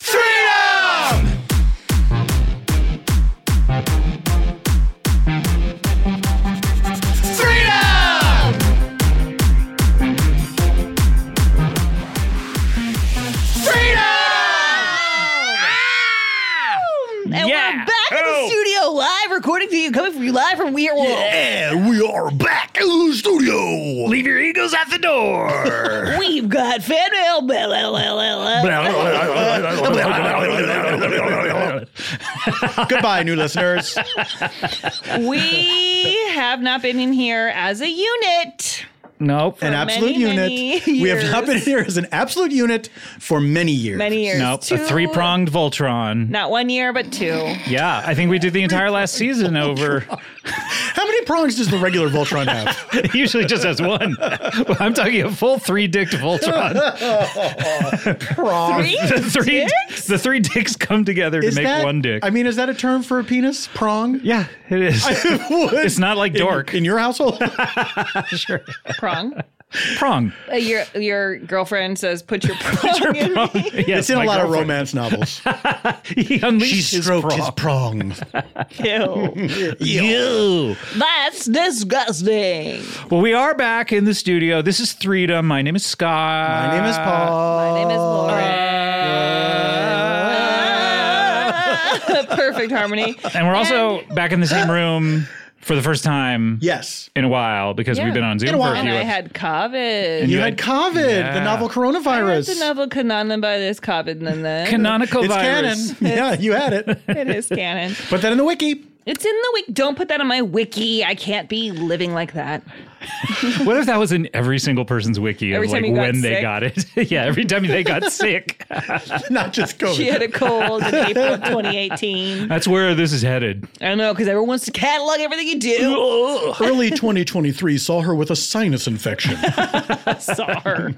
Freedom! Freedom! Freedom! And Yeah. we're back in Oh. the studio live, recording to you, coming from you live from Weird World. And we are back in the studio. Leave your egos at the door. We've got fan mail. Blah, blah, blah, blah, blah. Goodbye, new listeners. we have not been in here as a unit. Nope. An absolute many, unit. many We have not been years. here as an absolute unit for many years. Many years. Nope. Two- A three pronged Voltron. Not one year, but two. Yeah, I think we did the entire last season over. How many prongs does the regular Voltron have? It usually just has one. But I'm talking a full three dicked Voltron. Prong. Three? The three, Dicks? the three dicks come together to Is make that- one dick. I mean, is that a term for a penis? Prong? yeah, it is. it's not like dork. In, in your household? Prong. prong. Uh, your your girlfriend says, "Put your prong in me." Yes, It's in a my lot of girlfriend. romance novels. He unleashed his prong. prong. Ew. Ew. That's disgusting. Well, we are back in the studio. This is Freedom. My name is Scott. My name is Paul. Uh, My name is Lauren. Perfect harmony. And we're also back in the same room for the first time Yes. in a while because Yeah. we've been on In a Zoom for while. a And few. I had episodes. COVID. And You you had had- COVID, the Yeah. novel It's coronavirus. the novel canon by this COVID and then canonical it's virus. canon. Yeah, you had it. it is canon. Put that in the wiki. It's in the wiki. Don't put that on my wiki. I can't be living like that. What if that was in every single person's wiki Every of time like you got when sick? they got it? yeah, every time they got sick. Not just COVID. She had a cold in April of 2018. That's where this is headed. I don't know because everyone wants to catalog everything you do. Early 2023 saw her with a sinus infection. Sorry.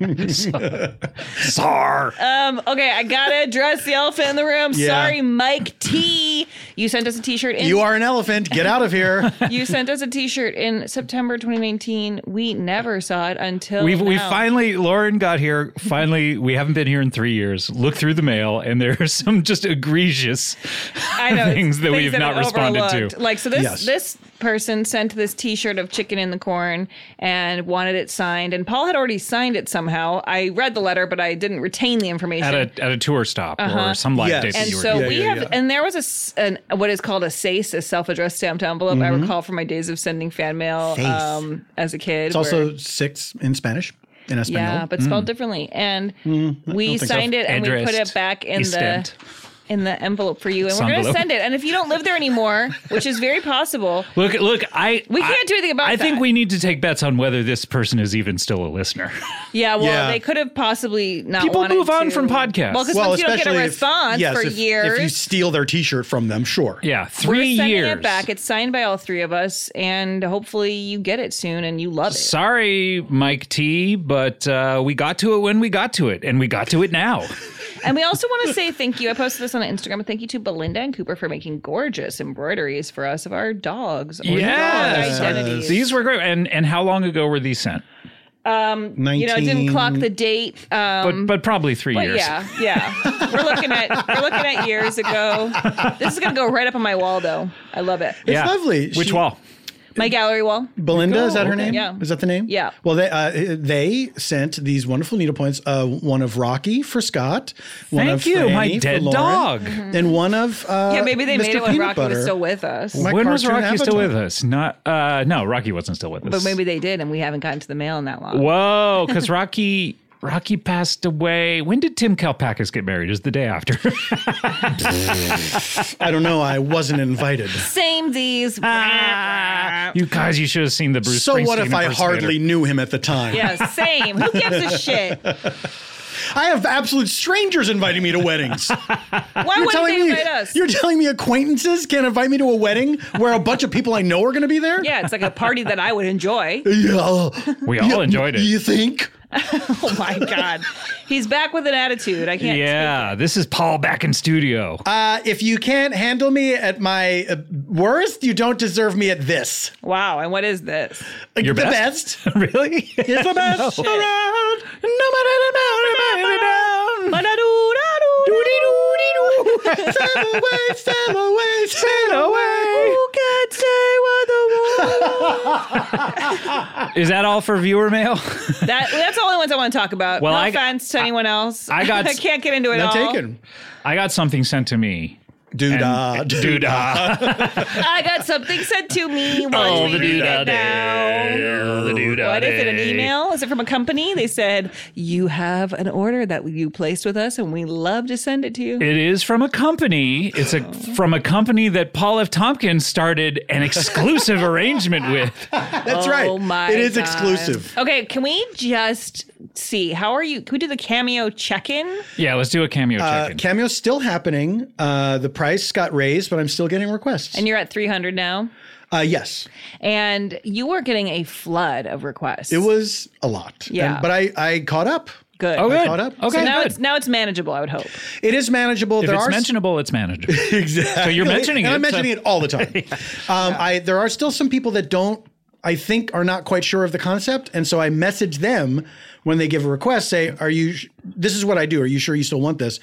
Sar. Um, okay, I gotta address the elephant in the room. Yeah. Sorry, Mike T. You sent us a T-shirt. In, you are an elephant. Get out of here. You sent us a T-shirt in September 2019. We never saw it until We've, we now. finally, Lauren got here. Finally, we haven't been here in three years. Look through the mail, and there are some just egregious. I know, it's things that we've not I responded to. overlooked. Like so, this Yes. this person sent this T-shirt of chicken in the corn and wanted it signed, and Paul had already signed it somehow. I read the letter, but I didn't retain the information. At a, at a tour stop or some live Yes. date that Uh-huh. and you were so at. Yeah, we yeah, have, yeah. and there was a s- an, what is called a SACE, a self-addressed stamped envelope. I recall from my days of sending fan mail Mm-hmm. Sace. um, as a kid. It's also Mm. six in Spanish, in Espanol. yeah, but spelled differently. And we Mm-hmm. think so. signed it and we put it Addressed. back in Estent. the in the envelope for you, and we're going to Envelope. send it. And if you don't live there anymore, which is very possible, Look, look, I. We I- can't do anything about I think that. we need to take bets on whether this person is even still a listener. yeah, well, Yeah. they could have possibly not. People wanted move on to- from podcasts. Well, because once you don't get a response if, yes, for if, years, If you steal their T-shirt from them, sure. yeah, 3 we're sending years. it back. It's signed by all three of us, and hopefully you get it soon and you love it. Sorry, Mike T, but uh, we got to it when we got to it, and we got to it now. And we also want to say thank you. I posted this on Instagram. Thank you to Belinda and Cooper for making gorgeous embroideries for us of our dogs. Or Yes. Dog identities. These were great. And and how long ago were these sent? you know, it didn't clock the date. Um, But but probably three but years. yeah, yeah. We're looking at we're looking at years ago. This is gonna go right up on my wall, though. I love it. Yeah. lovely. Which She- wall? My gallery wall. Belinda, is that her okay. name? Yeah. Is that the name? Yeah. Well, they uh, they sent these wonderful needle points. Uh, one of Rocky for Scott. One Thank of you, my Franny for dead Lauren, dog. And one of uh, Mm-hmm. Yeah, maybe they Mr. made it when Peanut Rocky Butter. was still with us. My when was cartoon Rocky still avatar. with us? Not uh no, Rocky wasn't still with us. But maybe they did, and we haven't gotten to the mail in that long. Whoa, because Rocky Rocky passed away. When did Tim Kalpakis get married? Is the day after. I don't know. I wasn't invited. Same these. yeah, you guys, you should have seen the Bruce. so what Springsteen if I impersonator. hardly knew him at the time? same. Who gives a shit? I have absolute strangers inviting me to weddings. Why wouldn't they invite us? You're telling me acquaintances can't invite me to a wedding where a bunch of people I know are going to be there? Yeah, it's like a party that I would enjoy. Yeah. We all enjoyed it. You think? Oh my god, he's back with an attitude. I can't. Yeah, this is Paul back in studio. Uh, if you can't handle me at my uh, worst, you don't deserve me at this. Wow, and what is this? Like, Your the best? best. really? It's the best No. around. Nobody down, Doody-doo-dee-doo. Sail away, sail away, sail away. Is that all for viewer mail? That that's the only ones I want to talk about. Well, no I- offense to anyone else. I got- I can't get into it Not all. taken. uh, I got something sent to me. Uh, Doodah. Doodah. I got something sent to me. Watch Oh, me the read doodah it now. day. What is it? An email? Is it from a company? They said you have an order that you placed with us, and we love to send it to you. It is from a company. It's a from a company that Paul F. Tompkins started an exclusive arrangement with. That's right. Oh my! it is God. exclusive. Okay, can we just see? How are you? Can we do the cameo check-in? Yeah, let's do a cameo Uh, check-in. cameo's still happening. Uh, the price got raised, but I'm still getting requests. And you're at 300 now, uh, yes, and you were getting a flood of requests. it was a lot. Yeah. And- but I, I caught up. good. oh, good. caught up. Okay, So now good. it's now it's manageable. I would hope. It is manageable. if there it's are mentionable, it's manageable. exactly. So you're mentioning and it, I'm mentioning so- it all the time. um, I there are still some people that don't. I think are not quite sure of the concept, and so I message them when they give a request. Say, "Are you? sh- This is what I do. Are you sure you still want this?"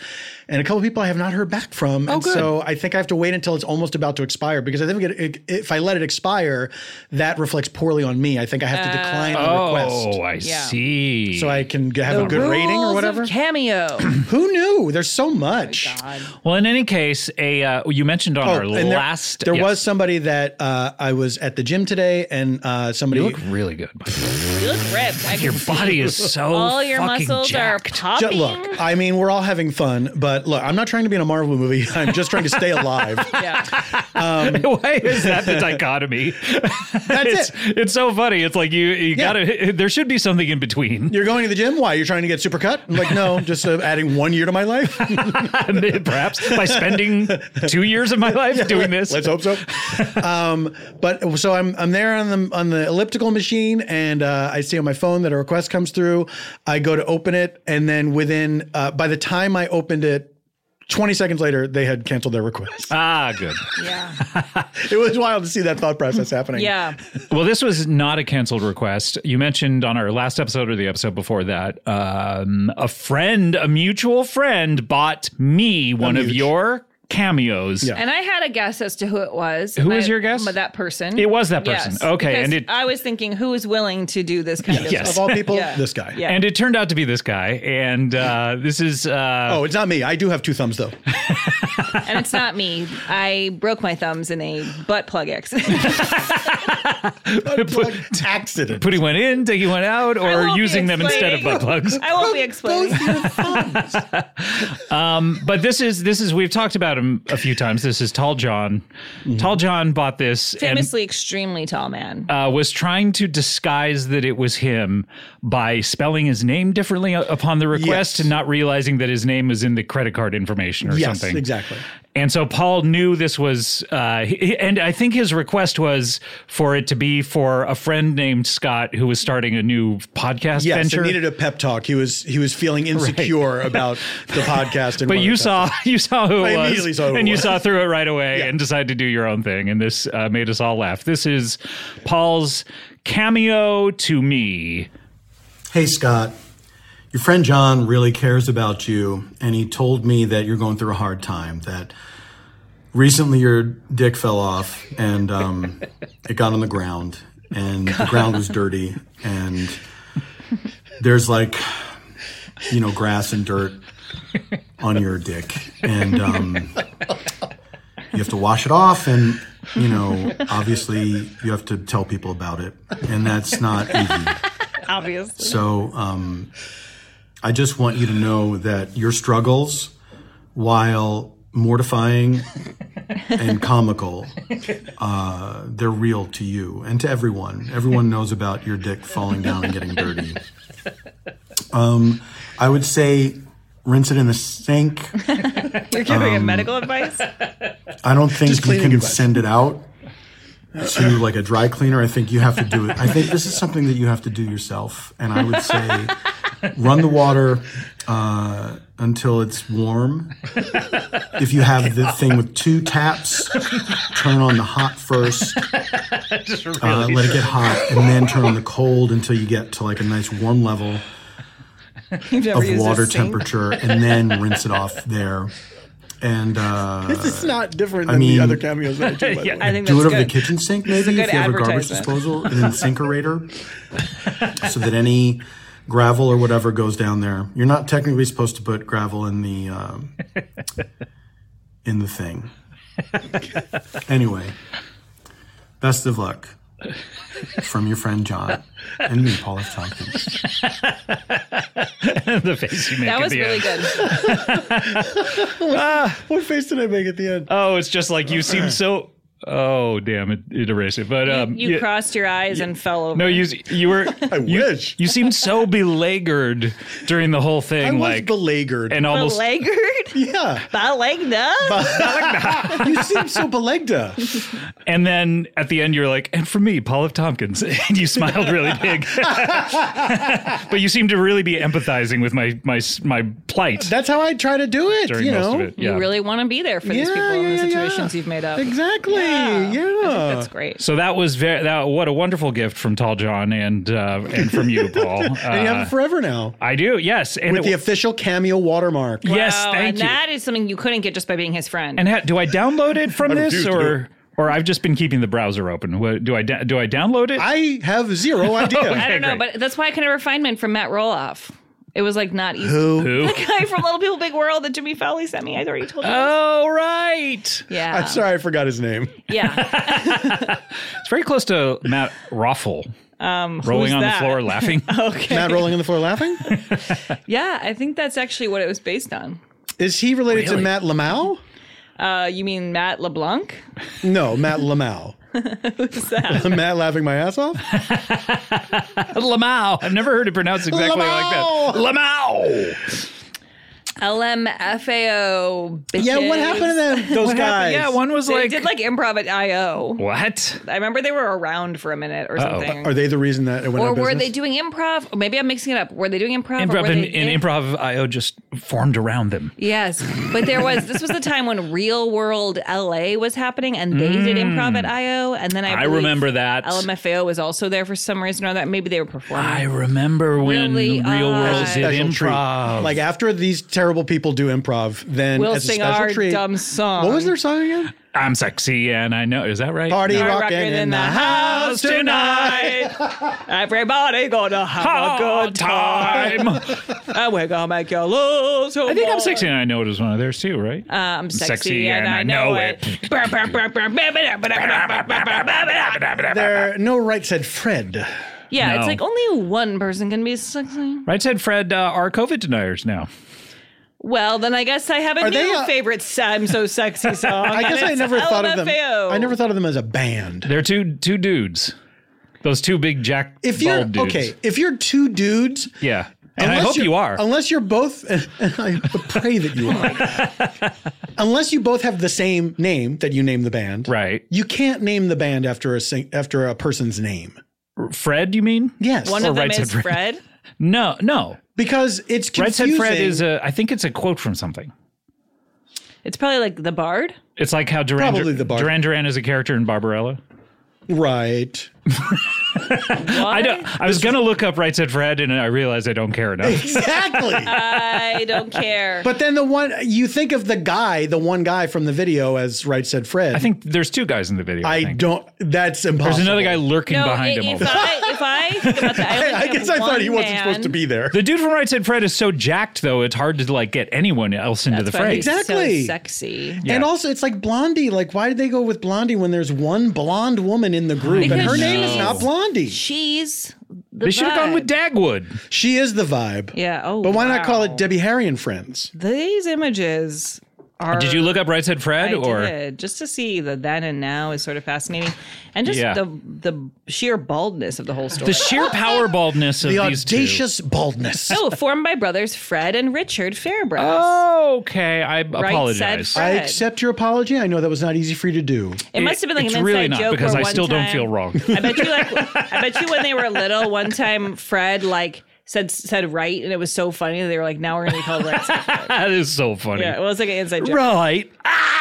And a couple people I have not heard back from, and Oh, good. so I think I have to wait until it's almost about to expire because I think it, if I let it expire, that reflects poorly on me. I think I have to decline the Oh, request I Yeah. see. so I can g- have a The good rating rules or of whatever. cameo. Who knew? There's so much. Well, in any case, a uh, you mentioned on our Oh, and there- last. There, yes. was somebody that uh, I was at the gym today, and uh, somebody You look really good. by the way. you look ripped. I can Your see body is so all your fucking muscles jacked. are popping. Ju- look. I mean, we're all having fun, but look, I'm not trying to be in a Marvel movie. I'm just trying to stay alive. Yeah. Why is that the dichotomy? That's it's, it. It's so funny. It's like you you gotta. There should be something in between. You're going to the gym? Why? You're trying to get supercut? I'm like, no, just uh, adding one year to my life. Perhaps by spending two years of my life doing this. Let's hope so. um, but so I'm I'm there on the on the elliptical machine, and uh, I see on my phone that a request comes through. I go to open it, and then within uh, by the time I opened it. 20 seconds later, they had canceled their request. Ah, good. Yeah. It was wild to see that thought process happening. Yeah. Well, this was not a canceled request. You mentioned on our last episode or the episode before that, um, a friend, a mutual friend, bought me one of mutual. your cameos. Yeah. And I had a guess as to who it was. Who was I- your guess? but That person. It was that person. Okay, because and it- I was thinking, who is willing to do this kind of? Yes. Of all people, Yeah. this guy. Yeah. And it turned out to be this guy. And uh, this is uh, Oh, it's not me. I do have two thumbs though. and it's not me. I broke my thumbs in a butt plug accident. Plug accident. putting one in, taking one out, I or won't be using them instead of butt explaining. plugs. I won't be explaining. But this is this is we've talked about him a few times. This is Tall John. Tall John bought this and Famously, extremely tall man. uh, was trying to disguise that it was him by spelling his name differently u- upon the request Yes. and not realizing that his name was in the credit card information or yes, something. exactly. And so Paul knew this was, uh, he- and I think his request was for it to be for a friend named Scott who was starting a new podcast Yes, venture. he needed a pep talk. He was he was feeling insecure about the podcast. And but wanted you to- saw you saw who it I was, immediately saw who it and you was. saw through it right away, Yeah. and decided to do your own thing. And this uh, made us all laugh. This is Paul's cameo to me. Hey, Scott. Your friend John really cares about you, and he told me that you're going through a hard time, that recently your dick fell off and um, it got on the ground, and the ground was dirty, and there's like, you know, grass and dirt on your dick, and um, you have to wash it off, and, you know, obviously you have to tell people about it, and that's not easy. obviously. So um, I just want you to know that your struggles, while mortifying and comical, uh, they're real to you and to everyone. Everyone knows about your dick falling down and getting dirty. Um, I would say rinse it in the sink. um, You're giving him medical advice? I don't think you cleaning can advice. send it out to like a dry cleaner. I think you have to do it. I think this is something that you have to do yourself. And I would say run the water uh, until it's warm. If you have the thing with two taps, turn on the hot first, uh, let it get hot, and then turn on the cold until you get to like a nice warm level You've never of used a water sink? temperature, and then rinse it off there. And uh, It's not different I than mean- the other cameos that I do. By the way. I think do it that's over the good. kitchen sink, maybe good if you have a garbage advertisement. disposal and then sinkerator, so that any gravel or whatever goes down there. You're not technically supposed to put gravel in the um, in the thing. Anyway, best of luck from your friend John and me, Paul F. Tompkins. the face you make. That at was the really end. good. What face did I make at the end? Oh, it's just like you seem so. Oh, damn! It, it erased it. But um, You yeah. crossed your eyes and fell over. No, you you were. I you, wish. you seemed so belabored during the whole thing. I was like beleaguered. and almost beleaguered? yeah, Beleaguered? you seem so beleaguered. I and then at the end you're like, and for me, Paul F. Tompkins, and you smiled really big. but you seem to really be empathizing with my my my plight That's how I try to do it. during you most know, of it. Yeah. You really want to be there for these Yeah, people in the yeah, yeah, situations yeah. you've made up. exactly. Yeah, That's great. so that was very that. What a wonderful gift from Tall John and uh, and from you, Paul. and you Uh, have it forever now I do. Yes, and with it- the official cameo watermark. yes, Wow, thank Oh, and you. that is something you couldn't get just by being his friend. And ha- do I download it from refuse this, to do or or I've just been keeping the browser open? What, do I da- do I download it? I have Oh, zero I idea. don't know, great. but that's why I can never find mine from Matt Roloff. It was like not easy. Who? The guy from Little People Big World that Jimmy Fowley sent me. I already told you. Oh right, yeah. I'm sorry, I forgot his name. Yeah. it's very close to Matt Roffle. Um, rolling who's on that? Oh. the floor, laughing. Okay. Matt rolling on the floor laughing. Yeah, I think that's actually what it was based on. Is he related Really? to Matt Lamau? Uh, you mean Matt LeBlanc? No, Matt Lamau. Who's that? Matt laughing my ass off. Lamau. I've never heard it pronounced exactly like that. Lamau. LMFAO. Bitches. Yeah, what happened to them? Those guys. Yeah, one was They like, did like improv at I.O. what? I remember they were around for a minute or something. Are they the reason that it went out or of were business? they doing improv? Or maybe I'm mixing it up. Were they doing improv? or were Improv and, they and improv IO just formed around them. Yes, but there was this was the time when Real World LA was happening, and they did improv at IO, and then I, I believe remember that. LMFAO was also there for some reason or other. Maybe they were performing. I remember when Really Ah. Real World odd. did Special treat. improv. Like after these terrible people do improv, then we'll as sing a special our treat. dumb song. What was their song again? I'm sexy and I know. Is that right? Party Party rocking, rockin' in the house tonight. Everybody gonna have a good time, and we're gonna make you lose. I think I'm sexy and I know it was one of theirs too, right? I'm sexy, and, I know it. Uh, There, no right said Fred. yeah, No. it's like only one person can be sexy. Right said Fred uh, are COVID deniers now. Well, then I guess I have a Are new they, uh, favorite s- I'm so sexy song. I guess I never thought of them. I never thought of them as a band. They're two two dudes. Those two big jack If you're bald dudes. okay, if you're two dudes, Yeah. And I unless hope you're- you are. Unless you're both, and I pray that you are. unless you both have the same name that you name the band, Right. You can't name the band after a sing, after a person's name. Fred, you mean? Yes, One of them Right Said is Fred. Fred. No, no. because it's Right said confusing. Fred is a I think it's a quote from something. It's probably like the Bard. It's like how Duran Probably the bar- Duran Duran is a character in Barbarella. right. I don't I was going to look up Right said Fred and I realized I don't care enough. Exactly. I don't care. but then the one you think of the guy, the one guy from the video as Right said Fred. I think there's two guys in the video. I think. don't. That's impossible. There's another guy lurking no, i- behind him. if over there. I if I think about that, I, only I think guess of I thought he one wasn't supposed to man. be there. The dude from Right Said Fred is so jacked though, it's hard to like get anyone else into That's the why fray. he's so Exactly. sexy. And also, it's like Blondie. Like, why did they go with Blondie when there's one blonde woman in the group, and her Because name she's- is not Blondie? She's the They should have gone vibe. with Dagwood. She is the vibe. Yeah. Oh. But why not call wow. it Debbie Harry and Friends? These images are Did you look up Right Said Fred I or did, just to see the then and now is sort of fascinating, and just Yeah. the the sheer baldness of the whole story. the sheer power baldness of The these audacious baldness. oh, formed by brothers Fred and Richard Fairbrass. two? Oh, okay. I Said apologize. Fred. I Fred. accept your apology. I know that was not easy for you to do. It must have been like it's an inside really not, joke because where I one still don't time- feel wrong. I bet you like I bet you when they were little, one time Fred like said said right, and it was so funny. They were like, now we're gonna be called right. Said Fred." that is so funny. Yeah, it was like an inside joke. Right.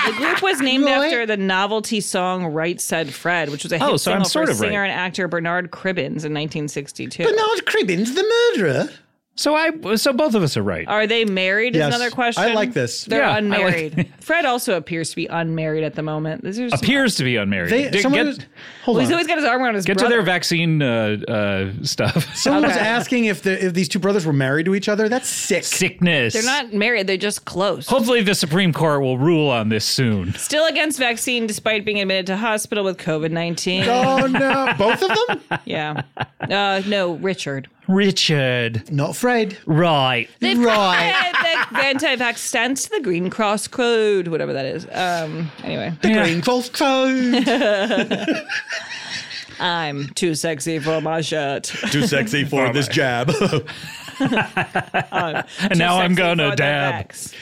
The group was named Right. after the novelty song "Right Said Fred," which was a hit Oh, so I'm single sort for of right. singer and actor Bernard Cribbins in 1962. Bernard Cribbins, the murderer. So I so both of us are right. Are they married? Is Yes. another question. I like this. They're Yeah, I like- unmarried. Fred also appears to be unmarried at the moment. This is Appears to be unmarried. They, Dick, someone get was, hold Well, he's on. always got his arm around his get to brother. their vaccine uh, uh, stuff. someone was Okay. asking if the, if these two brothers were married to each other. That's sick. Sickness. They're not married. They're just close. Hopefully, the Supreme Court will rule on this soon. Still against vaccine despite being admitted to hospital with COVID 19. Oh no, both of them? Yeah. Uh, no, Richard. Richard, Not afraid. right? Right. the anti vax stands to the Green Cross Code, whatever that is. Um, anyway, Green false code. I'm too sexy for my shirt. Too sexy for this jab. And now I'm Sexy gonna for the dab. vax.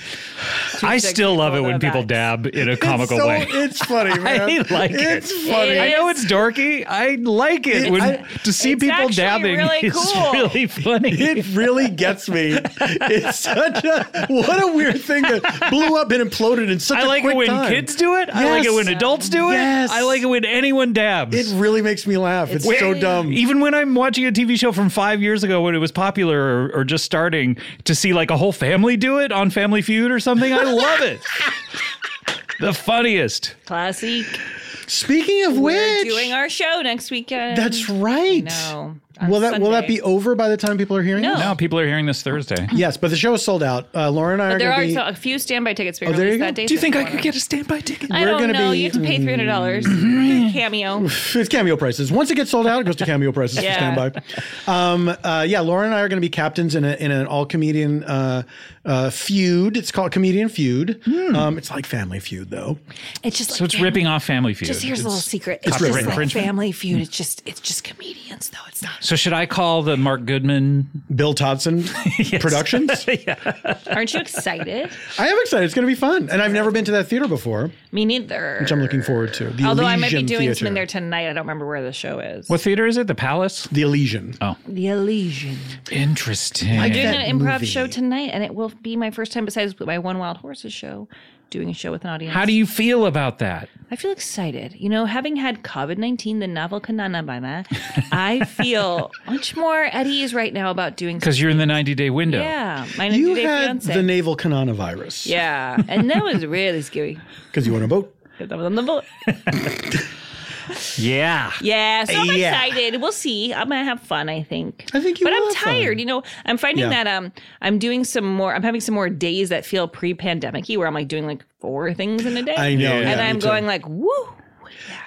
I sexy still love for it when the people vax. dab in a comical so, way. It's funny, man. I like it's it. funny. It I know it's dorky. I like it when I- to see It's people actually dabbing really is cool. really funny. It really gets me. It's such a what a weird thing that blew up and imploded in such I a like quick it when time. kids do it. I like it Yes. when adults do it. Yes. I like it when anyone dabs. It really makes me laugh. It's, It's so really- dumb. Even when I'm watching a TV show from five years ago when it was popular or, or just starting to see like a whole family do it on Family Feud or something, I love it. the funniest. Classy. Speaking of We're which, doing our show next weekend. that's right. No. Will that will that Sunday. be over by the time people are hearing? No. this? Now Oh, people are hearing this Thursday. Yes, but the show is sold out. Uh, Laura and I are There going are to be. so- a few standby tickets for there you release go. that day. Do you think I could get a standby ticket? I We're don't gonna know. be- you have to pay three hundred dollars. Mm. Cameo. it's cameo prices. Once it gets sold out, it goes to cameo prices Yeah. for standby. Um, uh, yeah, Laura and I are going to be captains in, a, in an all comedian uh, uh, feud. It's called Comedian Feud. Um, it's like Family Feud, though. It's just So it's ripping off Family Feud. Just here's a little secret. it's It's, ripping just like infringement. Family Feud. It's just it's just comedians though. It's not. so should I call the Mark Goodman? Bill Todson Productions. Aren't you excited? I am excited. It's going to be fun. And I've never been to that theater before, Me neither. which I'm looking forward to. The Although I might be Elysian doing Theater. something there tonight. I don't remember where the show is. What theater is it? The Palace. The Elysian. The Elysian. Interesting. I'm doing that an improv movie. show tonight, and it will be my first time besides my One Wild Horses show. Doing a show with an audience. How do you feel about that? I feel excited. You know, having had COVID 19, the novel Kananabana, I feel much more at ease right now about doing Because you're in the 90 day window. Yeah. My You 90 Day had Fiancé. the naval coronavirus. Yeah. And that was really scary. Because you were on a boat. That was on the boat. Yeah. Yeah, so I'm Yeah. excited. We'll see. I'm gonna have fun. I think. I think you But will I'm have fun. tired. You know, I'm finding Yeah. that um, I'm doing some more. I'm having some more days that feel pre-pandemic-y, where I'm like doing like four things in a day. I know, yeah, and me I'm too. going like, woo.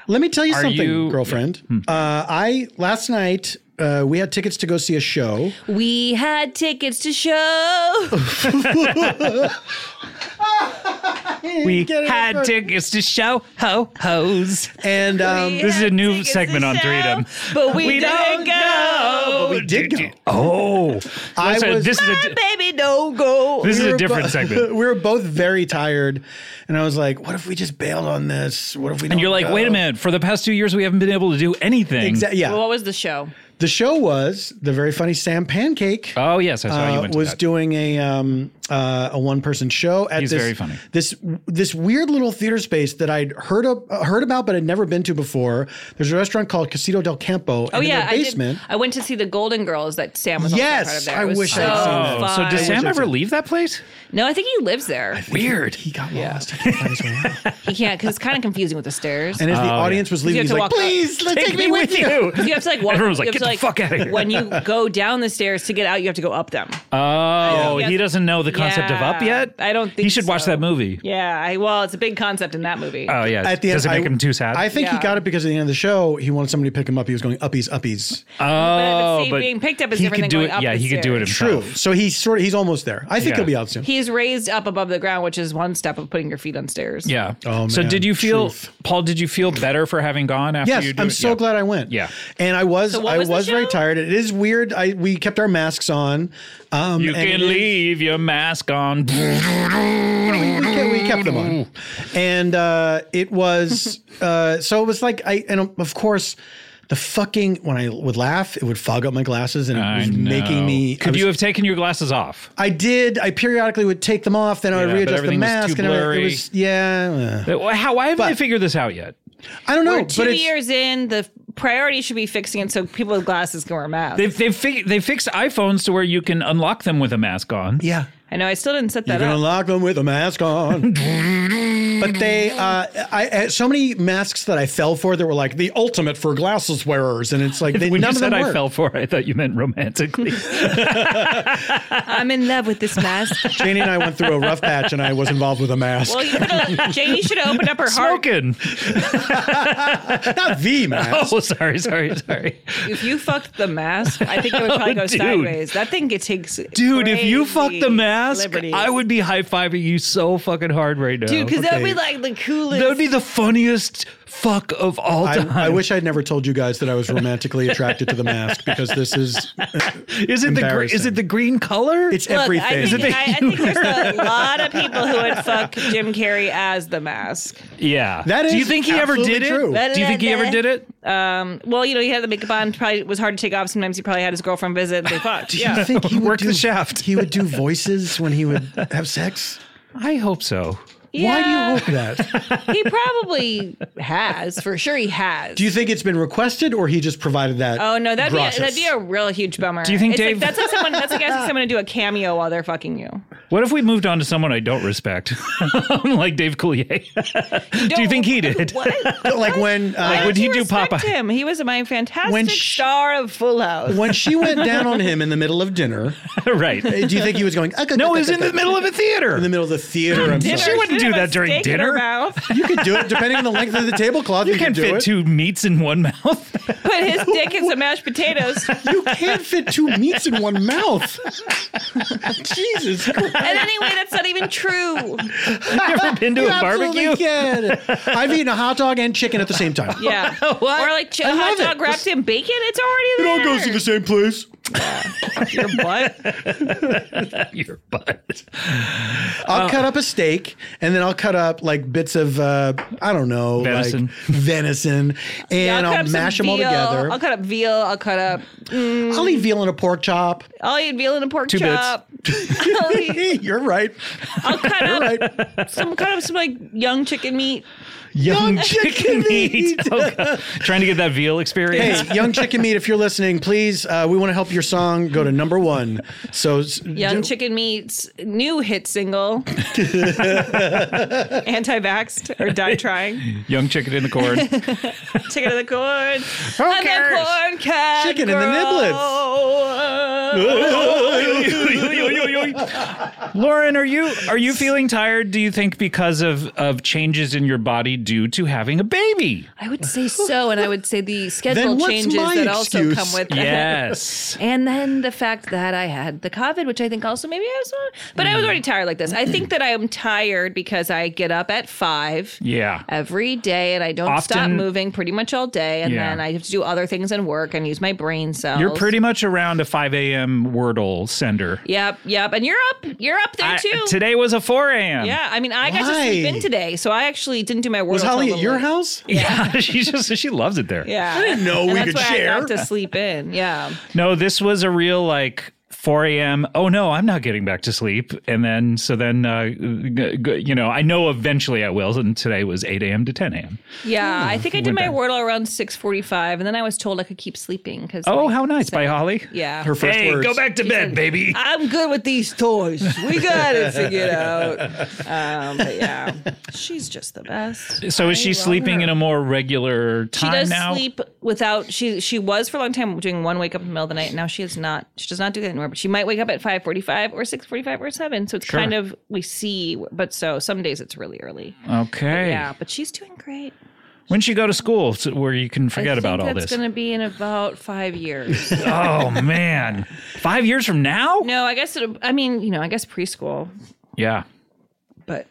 Let me tell you something, you- Hmm. girlfriend. Uh, I last night uh, we had tickets to go see a show. We had tickets to show. We Get it over. had tickets to show ho hoes. and um, We This is had a new tickets to segment on show, Freedom. but we, didn't don't go. know. we did go. Oh, I So was- this is My a baby, don't go. this is We a were different bo- segment. we were both very tired, and I was like, "What if we just bailed on this? What if we?" And you're like, wait a minute. For the past two years, we haven't been able to do anything. Exactly. Yeah. Well, what was the show? the show was the very funny Sam Pancake. Oh yes, I saw you uh, went to was that. doing a um, uh, a one person show at He's this very funny. this this weird little theater space that I'd heard of, uh, heard about but had never been to before. There's a restaurant called Casito del Campo. Oh and yeah, in their basement. I did. I went to see the Golden Girls that Sam was. Yes, also part of there. I It was wish so I had seen that. Oh, so fun. did Sam I- ever leave that place? No, I think he lives there. Weird. He got lost. He can't find his way out. He can't because it's kind of confusing with the stairs. Oh, And as the audience was leaving, have he's to like, walk up. "Please, let's take, me with you." you have to like walk. Everyone's like, you have "Get to, the fuck outta here." When you go down the stairs to get out, you have to go up them. Oh, Yeah. he doesn't know the concept of Up yet? I don't think he should watch so. that movie. Yeah, I, well, it's a big concept in that movie. Oh yeah, At the does end, it make I- him too sad? I think he Yeah. got it because at the end of the show, he wanted somebody to pick him up. He was going uppies, uppies. oh, but see, being picked up is he different could than do going it. up yeah, the he could do it stairs. True. himself. So he's sort of he's almost there. I think Yeah. he'll be out soon. He's raised up above the ground, which is one step of putting your feet on stairs. Yeah. Oh, so man, did you feel, truth. Paul? Did you feel better for having gone after yes, you? do I'm it? so Yeah. glad I went. Yeah. and I was So what I was was, the very show? tired. It is weird. I we kept our masks on. Um, You and can it is- leave your mask on. we, kept, we kept them on, and uh, it was uh, so it was like I and of course. The fucking when I would laugh, it would fog up my glasses, and it I was making know. me. I Could was- you have taken your glasses off? I did. I periodically would take them off, then I Yeah, would but readjust the everything was mask, too and it was- blurry. it was yeah. uh, That- wh- How? Why haven't they But- figured this out yet? I don't know, We're but two it's, years in. The priority should be fixing it so people with glasses can wear masks. They've they've fig- they fixed iPhones to where you can unlock them with a mask on. yeah. I know. I still didn't set You're that gonna up. lock them with a mask on. but they, uh, I, I so many masks that I fell for that were like the ultimate for glasses wearers, and it's like they, When none you of them said I work. fell for, it, I thought you meant romantically. I'm in love with this mask. Janie and I went through a rough patch, and I was involved with a mask, well, you could have. Janie should have opened up her heart. Smoking. not the mask. Oh, sorry, sorry, sorry. If you fucked the mask, I think it would probably go Dude. sideways. That thing gets takes. Dude, if you fuck the mask, I would. would be high fiving you so fucking hard right now. Dude, because that would be Okay. like the coolest. that would be the funniest fuck of all I, time. I wish I'd never told you guys that I was romantically attracted to the mask because this is is it the gre- is embarrassing. it the green color? it's Look, everything. I think, I, I think there's a lot of people who would fuck Jim Carrey as the mask. yeah. That Do you is think he ever absolutely did true. it? Do you think he ever did it? Well, you know, he had the makeup on. Probably was hard to take off. Sometimes he probably had his girlfriend visit. And they fucked. Do you Yeah. think he would Work the do- shaft. He would do voices when he would have sex. I hope so. Yeah. Why do you hope that? he probably has for sure. He has. Do you think it's been requested, or he just provided that? Oh no, that'd gratis? be a, that'd be a real huge bummer. Do you think It's like- Dave- that's like someone that's like asking someone to do a cameo while they're fucking you. What if we moved on to someone I don't respect, like Dave Coulier? do you Don't- think he did? What? like when uh, Why would don't he you do respect Popeye? Him? He was my fantastic When sh- star of Full House. when she went down on him in the middle of dinner, right. do you think he was going? "Ah, ah, No, ah, it was ah, in the ah," middle of a theater. in the middle of the theater. I'm Dinner. She sorry. wouldn't do Have a that during steak in her dinner. mouth. You could do it depending on the length of the tablecloth. You, you can't could do fit it. two meats in one mouth. Put his dick in some mashed potatoes, and You can't fit two meats in one mouth. Jesus Christ. anyway, that's not even true. Never been to You a absolutely barbecue. can. I've eaten a hot dog and chicken at the same time. Yeah, or like ch- I hot love it. dog wrapped in bacon. It's already It there. all goes to the same place. Your butt. Your butt. I'll Uh, cut up a steak and then I'll cut up like bits of uh, I don't know, Venison. like venison, and Yeah, cut I'll, up some mash them all veal. together. I'll cut up veal. I'll cut up. I'll eat veal and a pork chop. I'll eat veal and a pork Two bits. chop. I'll, eat, You're right. I'll cut up Right. some kind of some like young chicken meat. Young Chicken meat. Oh, God. Trying to get that veal experience. Hey, Young Chicken Meat, if you're listening, please, uh, we want to help your song go to number one. So, s- Young do- Chicken Meat's new hit single, anti vaxxed or Die Trying. Young chicken in the corn. Chicken of the corn. I'm cares? a corn cat. Chicken and the niblets. Lauren, are you are you feeling tired? Do you think because of of changes in your body due to having a baby? I would say so, and I would say the schedule what's changes my that also excuse? come with that. Yes. And then the fact that I had the COVID, which I think also maybe I was, but I was already tired like this. I think that I am tired because I get up at five. Yeah. every day and I don't stop Often- moving pretty much all day. And Yeah. then I have to do other things and work and use my brain cells. You're pretty much around a 5 a.m. Wordle sender. Yep, yep. And you're up. You're up there I- too. today was a 4 a.m. Yeah, I mean, I got to sleep Why? in today, so I actually didn't do my work. was until Holly a at little your late. house? Yeah. she just she loves it there. Yeah, I didn't know we that's could why I share. got to sleep in. Yeah, No, this was a real like 4 a.m. Oh no, I'm not getting back to sleep. And then so then uh, g- g- you know I know eventually I will. And today was 8 a.m. to 10 a.m. yeah. Oh, I think I did went my down. wordle around six forty-five, and then I was told I could keep sleeping because. Oh, how nice by Holly. Yeah. Her first hey, words. go back to bed, baby. I'm good with these toys. We got it figured out. Um, but yeah, she's just the best. So is she sleeping in a more regular She time does now? sleep without she she was for a long time doing one wake up in the middle of the night. Now she is not. She does not do that anymore. anymore, but she might wake up at 5:45 or 6:45 or 7. So it's Sure. kind of we see but so some days it's really early. Okay. Yeah, but she's doing great. When she go to school, so- where you can I forget think about all that's this. going to be in about 5 years. oh man, five years from now? no, I guess it I mean, you know, I guess preschool, Yeah. but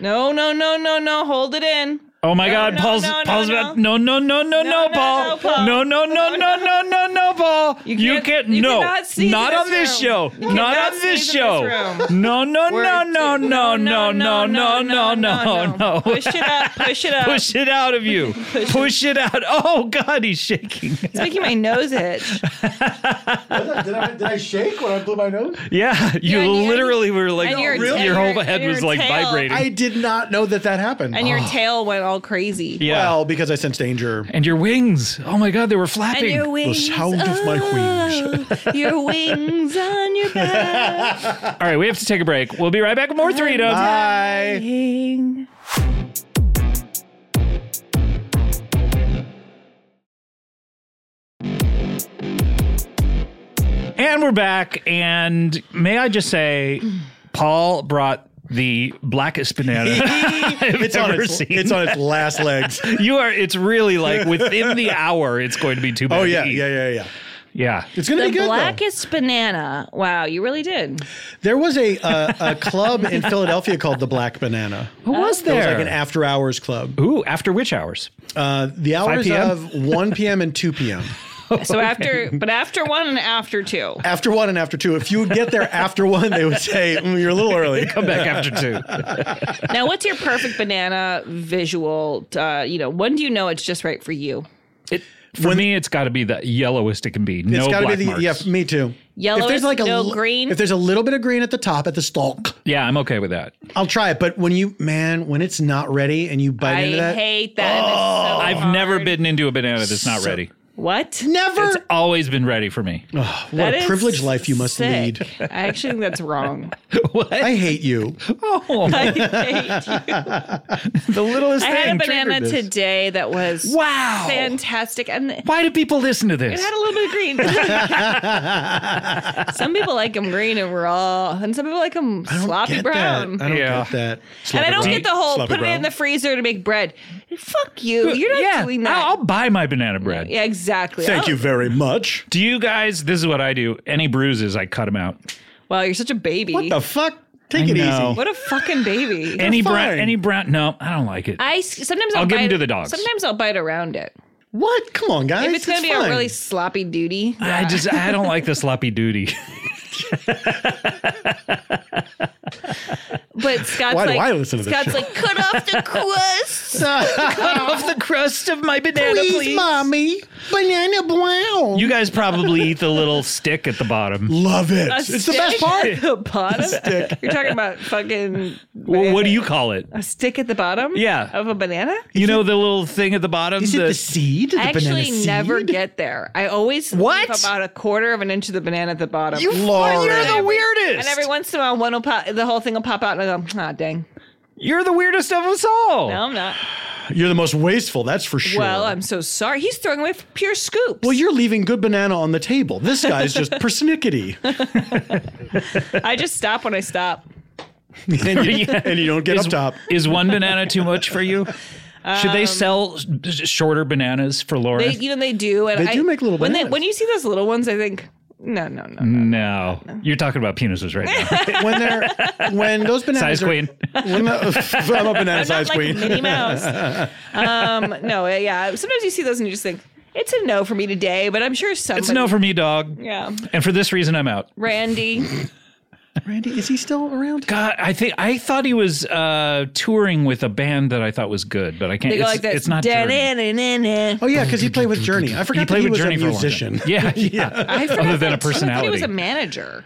no, no, no, no, no, hold it in. Oh my No, God, no, Paul's no, Paul's no, about no no no No, no no no, no, Paul Paul. no no no no no no no Paul You you can't- can't you no cannot sneeze not in on this this room. show You not cannot on this sneeze in show this no no We're- no no no no no no no no no Push it up, push it up. push it out of you push it out oh God he's shaking It's making my nose itch. did, I, did I shake when I blew my nose? yeah you and your- literally were like and your tail- your whole head and your was like tail. vibrating I did not know that that happened. And your Oh. tail went all crazy. Ah. yeah well, because I sense danger. and your wings oh my God they were And flapping your wings. sound of my oh, your wings on your back. all right we have to take a break we'll be right back with more three dots. Bye. And we're back. And may I just say, Paul brought the blackest banana I've It's on ever its, seen. it's on its last legs. you are. It's really like within the hour. It's going to be too bad. Oh yeah, to eat. yeah, yeah, yeah. yeah. It's gonna The be good though. blackest banana. Wow, you really did. There was a uh, a club in Philadelphia called the Black Banana. Who was It there? was like an after hours club. Ooh, after which hours? Uh, the hours 5 p.m.? of 1 p.m. and 2 p.m. So after, but after one and after two. After one and after two. If you would get there after one, they would say mm, you're a little early. Come Oh, back after two. Now, what's your perfect banana visual? Uh, you know, when do you know it's just right for you? It, for me, it's got to be the yellowest it can be. No It's got to be black the marks. yeah. Me too. Yellowish, no li- green? If there's a little bit of green at the top at the stalk, Yeah, I'm okay with that. I'll try it. But when you man, when it's not ready and you bite I into that, Oh. hate that. It's so I've hard. never bitten into a banana that's not So- ready. What? never. It's always been ready for me. what That a is privileged life you must sick. lead. I actually think that's wrong. what? I hate you. oh, I hate you. the littlest I thing. had a triggered banana this. today that was Wow. fantastic, and it Why do people listen to this? had a little bit of green. some people like them green and raw, and some people like them I don't sloppy get brown. That. I don't Yeah. get that. And I don't brown. get the whole Sloppy put it brown. in the freezer to make bread. Fuck you. You're not yeah, doing that. I'll, I'll buy my banana bread. yeah, exactly. Oh, Thank I'll- you very much. Do you guys? This is what I do. Any bruises, I cut them out. Wow, you're such a baby. What the fuck? Take I it know. easy. What a fucking baby. Any brown? fine. Any brown? No, I don't like it. I s- sometimes I'll I'll give 'em bite- to the dogs. Sometimes I'll bite around it. What? Come on, guys. If it's, gonna be fine. a really sloppy duty, I just I don't like the sloppy duty. but Scott's Why do like, I listen to this Scott's show? like, cut off the crust. Off the crust of my banana, please, mommy, banana brown. You guys probably eat the little stick at the bottom. love it. A it's the best stick part. At the bottom. You're talking about fucking. Well, what do you call it? A stick at the bottom. Yeah. Of a banana. You know the little thing at the bottom. Is it the- the seed? The I banana actually seed? never get there. I always leave What? about a quarter of an inch of the banana at the bottom. You Lauren. you're the and weirdest. every once in a while, one will pop. The whole thing will pop out, and I go, "Ah, dang, you're the weirdest of us all. no, I'm not." You're the most wasteful, that's for sure. Well, I'm so sorry. He's throwing away pure scoops. Well, you're leaving good banana on the table. This guy's just persnickety. I just stop when I stop. And you, and you don't get is, up top. is one banana too much for you? Should they sell s- s- shorter bananas for Lauren? Um, They, you know, they do. And They I, do make little when, they, bananas. Mm. when you see those little ones, I think, no, no, no, no. no, you're talking about penises right now. When they're when those bananas Size are- queen. When the, I'm a banana I'm not size like queen. Minnie Mouse. um, no, yeah. Sometimes you see those and you just think it's a no for me today. But I'm sure somebody. It's no for me, dog. Yeah, And for this reason, I'm out. Randy. Randy, is he still around? God, Uh, I think I thought he was uh, touring with a band that I thought was good, but I can't. They go it's, like this. it's not. Journey. Da-na-na-na-na. Oh yeah, because he played with Journey. I forgot He played that he with was Journey a for a musician. long time. Yeah, yeah. I forgot Other than that- a I forgot He personality. was a manager.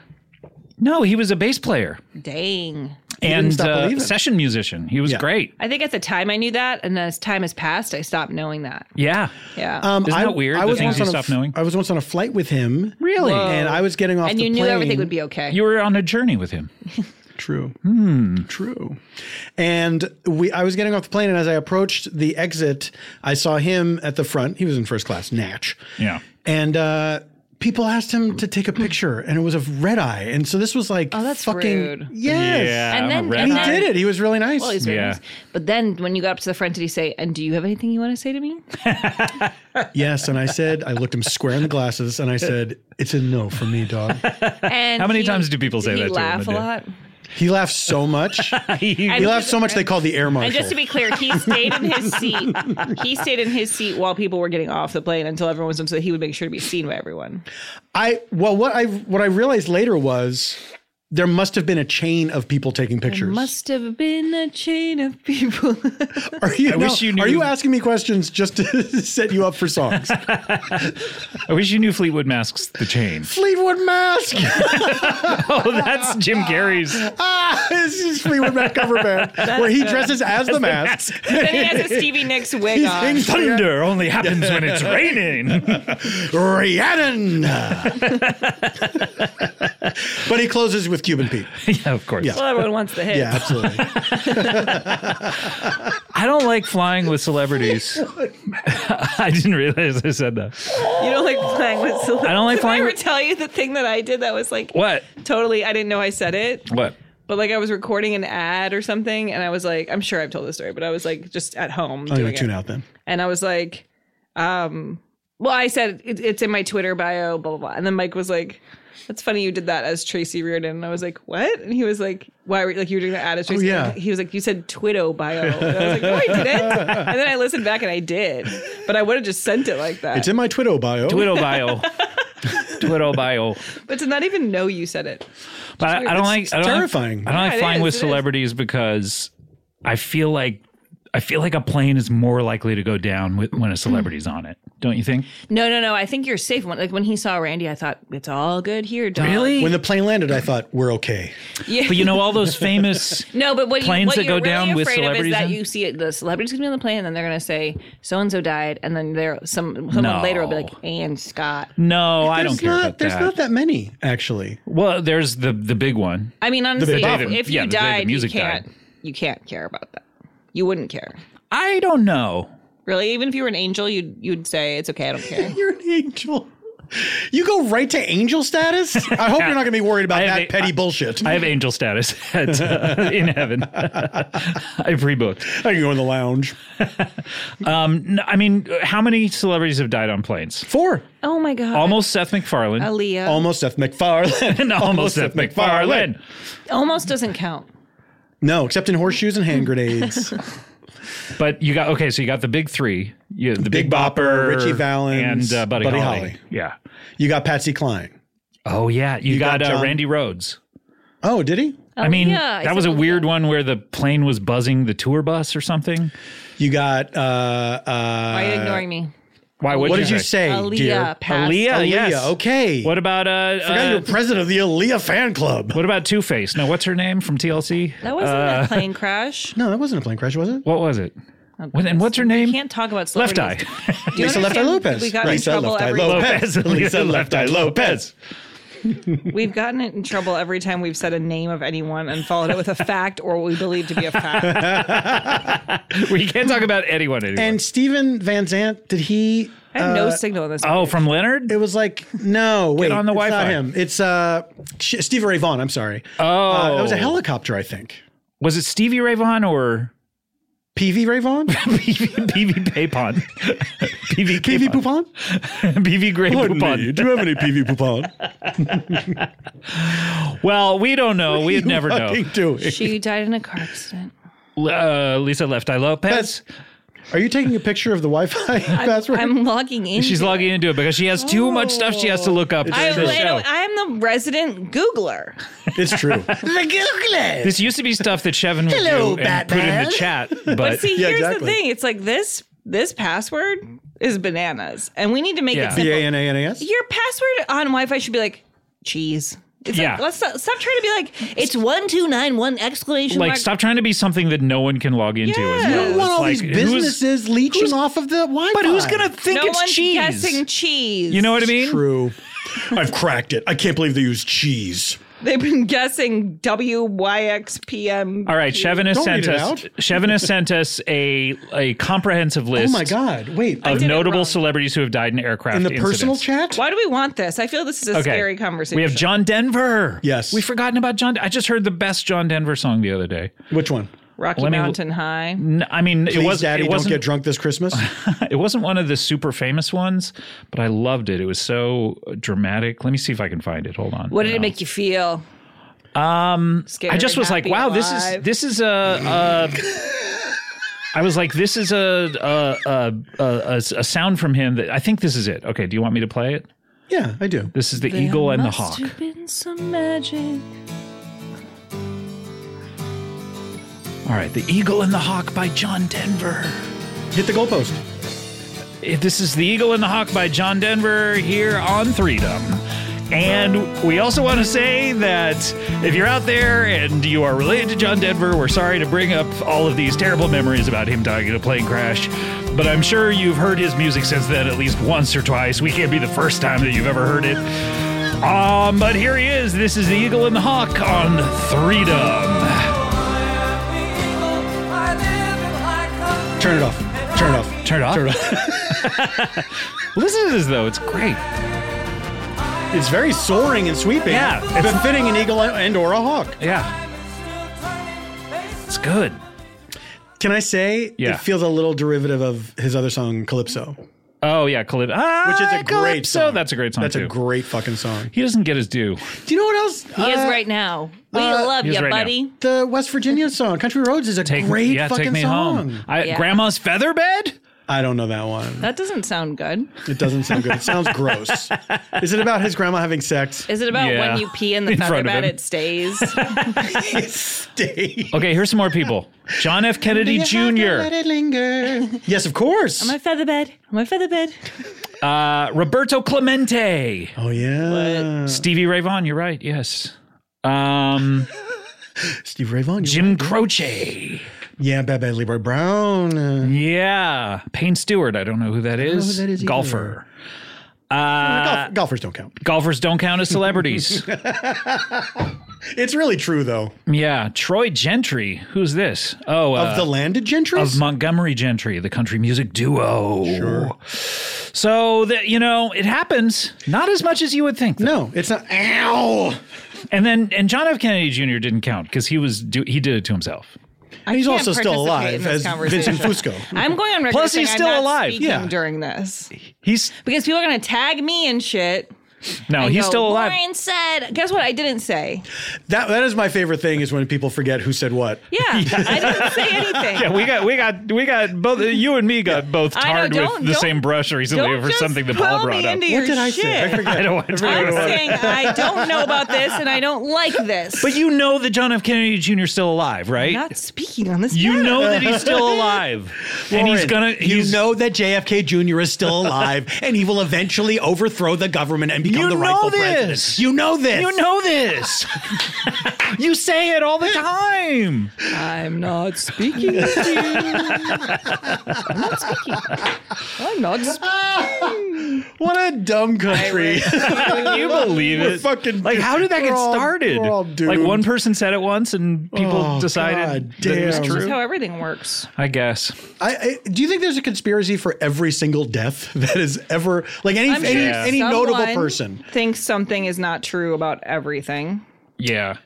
No, he was a bass player Dang. and stop uh, believing. session musician. He was Yeah. great. I think at the time I knew that, and as time has passed, I stopped knowing that. Yeah. Yeah. Um, Isn't that weird, the things once you on a stop f- knowing? I was once on a flight with him. Really? And I was getting off and the you knew everything plane. would be okay. You were on a journey with him. True. Hmm. True. And we I was getting off the plane and as I approached the exit, I saw him at the front. He was in first class, Natch. Yeah. And uh people asked him to take a picture, and it was of red eye. And so this was like, Oh, that's fucking rude. yes. Yeah, And I'm a then- red And he eye. did it. He was really nice. Well, he's very Yeah. nice. But then when you got up to the front, did he say, "And do you have anything you want to say to me?" yes, and I said, I looked him square in the glasses, and I said, "It's a no for me, dog." And How many he- times do people say did he that to him Laugh a a day? lot. He laughed so much. He laughed so much they called the air marshal. And just to be clear, he stayed in his seat. He stayed in his seat while people were getting off the plane until everyone was done, so that he would make sure to be seen by everyone. I well, what I what I realized later was there must have been a chain of people taking pictures. Must have been a chain of people. Are you, wish no, you knew- Are you asking me questions just to set you up for songs? I wish you knew Fleetwood Mac's The Chain. Fleetwood Mask. Oh, that's Jim Carrey's. ah, this is Fleetwood Mac cover band where he dresses as the mask. then he has a Stevie Nicks wig He on. sings Thunder only happens when it's raining. Rhiannon. but he closes with Cuban Pete. yeah, of course. Well, everyone wants the hit. Yeah, absolutely. I don't like flying with celebrities. I didn't realize I said that. You don't like flying with celebrities. I don't like Did flying I ever with- tell you the thing that I did that was like What? totally? I didn't know I said it. What? But like I was recording an ad or something, and I was like, I'm sure I've told this story, but I was like just at home I'm doing gonna it. tune out then. and I was like, um, well, I said it, it's in my Twitter bio, blah, blah blah, and then Mike was like, "That's funny you did that as Tracy Reardon," and I was like, "What?" And he was like, "Why? Were, like you were doing that ad as Tracy?" Oh, yeah. And He was like, "You said Twitto bio," and I was like, "No, I didn't." and then I listened back, and I did, but I would have just sent it like that. It's in my Twitter bio. Twiddle bio. Twiddle bio. but to not even know you said it, But I, I don't like. I don't terrifying. Like, I don't Yeah, like it flying is, with it is. celebrities because I feel like I feel like a plane is more likely to go down with, when a celebrity's on it. Don't you think? no, no, no. I think you're safe. When, like when he saw Randy, I thought it's all good here, dog. When the plane landed, I thought we're okay. Yeah. But you know all those famous. No, but what planes you, what that you're go down really with afraid of is celebrities that in? you see it, the celebrities gonna be on the plane, and then they're gonna say so and so died, and then there some someone No. later will be like, and Scott. No, I don't There's care not- about There's that. not that many actually. Well, there's the the big one. I mean, honestly, day if, that- if yeah, you the day the died, you music can't died. you can't care about that. You wouldn't care, I don't know. really. Even if you were an angel, you'd you'd say it's okay. I don't care. You're an angel. You go right to angel status. I hope you're not going to be worried about I have that a- petty bullshit. I have angel status at, uh, in heaven. I pre-booked. I can go in the lounge. No, I mean, how many celebrities have died on planes? Four. oh my god, Almost Seth MacFarlane. Aaliyah almost, Almost Seth MacFarlane. and almost Seth MacFarlane. doesn't count. No, except in horseshoes and hand grenades. But you got okay. So you got the big three: you, the Big Big, Bopper, Bopper, Richie Valens, and uh, Buddy, Buddy Holly. Holly. Yeah. you got Patsy Cline. Oh yeah. You, got got, uh, John- Randy Rhodes. Oh, did he? I mean, yeah, I that was a suppose weird one where the plane was buzzing the tour bus or something. You got. Uh, uh, Why are you ignoring me? Why? what did you say, Aaliyah dear? passed. Aaliyah, Aaliyah, yes. okay. What about uh? I forgot you uh, were president of the Aaliyah fan club. what about Two Face? No, what's her name from TLC? That wasn't Uh, a plane crash. No, that wasn't a plane crash, was it? What was it? What- and what's her You name? Oh, can't talk about Left celebrities. Eye. Do you Lisa Left Eye understand? Lopez. We got in Lisa trouble Left Eye every Lopez. Lisa Left Eye Lopez. We've gotten in trouble every time we've said a name of anyone and followed it with a fact or what we believe to be a fact. we can't talk about anyone anymore. And Steven Van Zant, did he? I have no signal in this. oh, from Leonard? It was like no, wait, on the it's Wi-Fi. not him. It's uh, Sh- Steve Ray Vaughan. I'm sorry. Oh, uh, that was a helicopter, I think. Was it Stevie Ray Vaughan or PV Ray Vaughan, PV PV Paypon? PV PV Capon? Poupon. PV Gray Poupon. you have any PV Poupon? Well, we don't know. We'd never know. Fucking do it. She died in a car accident. Uh, Lisa Left Eye Lopez. Are you taking a picture of the Wi-Fi password? I'm logging in. She's logging into it because she has too much stuff she has to look up. I, for the show. am the resident Googler. it's true. This used to be stuff that Chevin would do and put in the chat, but, But see, Yeah, here's exactly. the thing: it's like this this password is bananas, and we need to make Yeah. it B simple. A N A N A S. Your password on Wi-Fi should be like cheese. It's Yeah. like let's stop, stop trying to be like it's one two nine one exclamation like mark. stop trying to be something that no one can log into as Yeah. You well. I It's want all like, these who's- businesses leeching off of the Wi-Fi. But who's gonna think no it's one's cheese? guessing cheese. You know what I mean? True. I've cracked it. I can't believe they use cheese. They've been guessing WYXPM. All right, Chevin has Don't sent read us. it out. Chevin has sent us a a comprehensive Oh list. my God! Wait, Of did it notable wrong. celebrities who have died in aircraft in the personal incidents. chat. Why do we want this? I feel this is a scary conversation. We have John Denver. Yes. We've forgotten about John. I just heard the best John Denver song the other day. Which one? Rocky Let me- Mm, Mountain High. N- I mean, Please, it was Daddy, it don't wasn't get drunk this Christmas. it wasn't one of the super famous ones, but I loved it. It was so dramatic. Let me see if I can find it. Hold on. What did it make you feel? Um, scared, I just was like, happy, wow, this is alive? this is a. a I was like, this is a a, a a a a sound from him that I think this is it. Okay, do you want me to play it? yeah, I do. This is the eagle and the hawk. All right, the eagle and the hawk by John Denver. Hit the goalpost. Eh, This is The Eagle and the Hawk by John Denver here on Freedom. And we also want to say that if you're out there and you are related to John Denver, we're sorry to bring up all of these terrible memories about him dying in a plane crash. But I'm sure you've heard his music since then at least once or twice. We can't be the first time that you've ever heard it. Um, but here he is. This is The Eagle and the Hawk on Freedom. Turn it off. Turn it off. Turn it off. Listen to this, though. It's great. It's very soaring and sweeping. Yeah, it's befitting an eagle and or a hawk. Yeah. It's good. Can I say Yeah. it feels a little derivative of his other song Calypso, Oh yeah, Calypso. Ah, which is a great Calypso. song. That's a great song Uh, That's too. a great fucking song. he doesn't get his due. Do you know what else? He is Uh, right now. We love uh, he is you, right now. buddy. The West Virginia song Country Roads is a Take great yeah, fucking take me song. home. I, Yeah. Grandma's feather bed. I don't know that one. That doesn't sound good. It doesn't sound good. It sounds gross. Is it about his grandma having sex? Is it about Yeah. when you pee in the In feather front of bed, him. it stays? Stay. Okay, here's some more people. John F. Kennedy Let Jr., it linger. Yes, of course. my feather bed. My feather bed. uh, Roberto Clemente, oh yeah. Stevie Ray Vaughan. You're right. Yes. Um, Steve Ray Vaughan. you- Jim Croce. Yeah, Bad Bad Leroy Brown. Uh, Yeah. Payne Stewart. I don't know who that is. that is either. Golfer. Uh, golf- golfers don't count. Golfers don't count as celebrities. It's really true though. yeah. Troy Gentry. Who's this? Oh, uh, of the landed gentry. of Montgomery Gentry, the country music duo. Sure. So that you know, it happens not as much as you would think. though. no, it's not. Ow! And then, and John F. Kennedy Jr. didn't count because he was do, he did it to himself. I He's can't also still participate in alive this as Vincent conversation. Fusco. I'm going on record. Plus, he's saying I'm still not alive. Speaking Yeah. During this, He's because people are going to tag me and shit. no, and he's go, still alive. Lauren said. Guess what? I didn't say. That that is my favorite thing is when people forget who said what. Yeah, I didn't say anything. Yeah, we got we got we got both you and me got both I know, tarred don't- with the don't- same brush recently don't for just something that Paul pull brought me up. into your What did I shit. say? I forget. I don't want I'm to. saying I don't know about this and I don't like this. But you know that John F. Kennedy Jr. is still alive, right? not speaking on this. you matter. know that he's still alive, and he's Lauren, gonna. you He's, know that JFK Jr. is still alive and he will eventually overthrow the government and become You the know rightful this. president. You know this. You know this. you say it all the time. I'm not speaking with you. I'm not speaking. What a dumb country. Can you believe We're it? fucking like, how did that we're get all- started? we're all like, one doomed. person said it once, and people Oh, decided God that it was damn. That's true. how everything works. I guess. I, I, do you think there's a conspiracy for every single death that is ever like any I'm any, sure any notable someone person? thinks something is not true about everything. Yeah.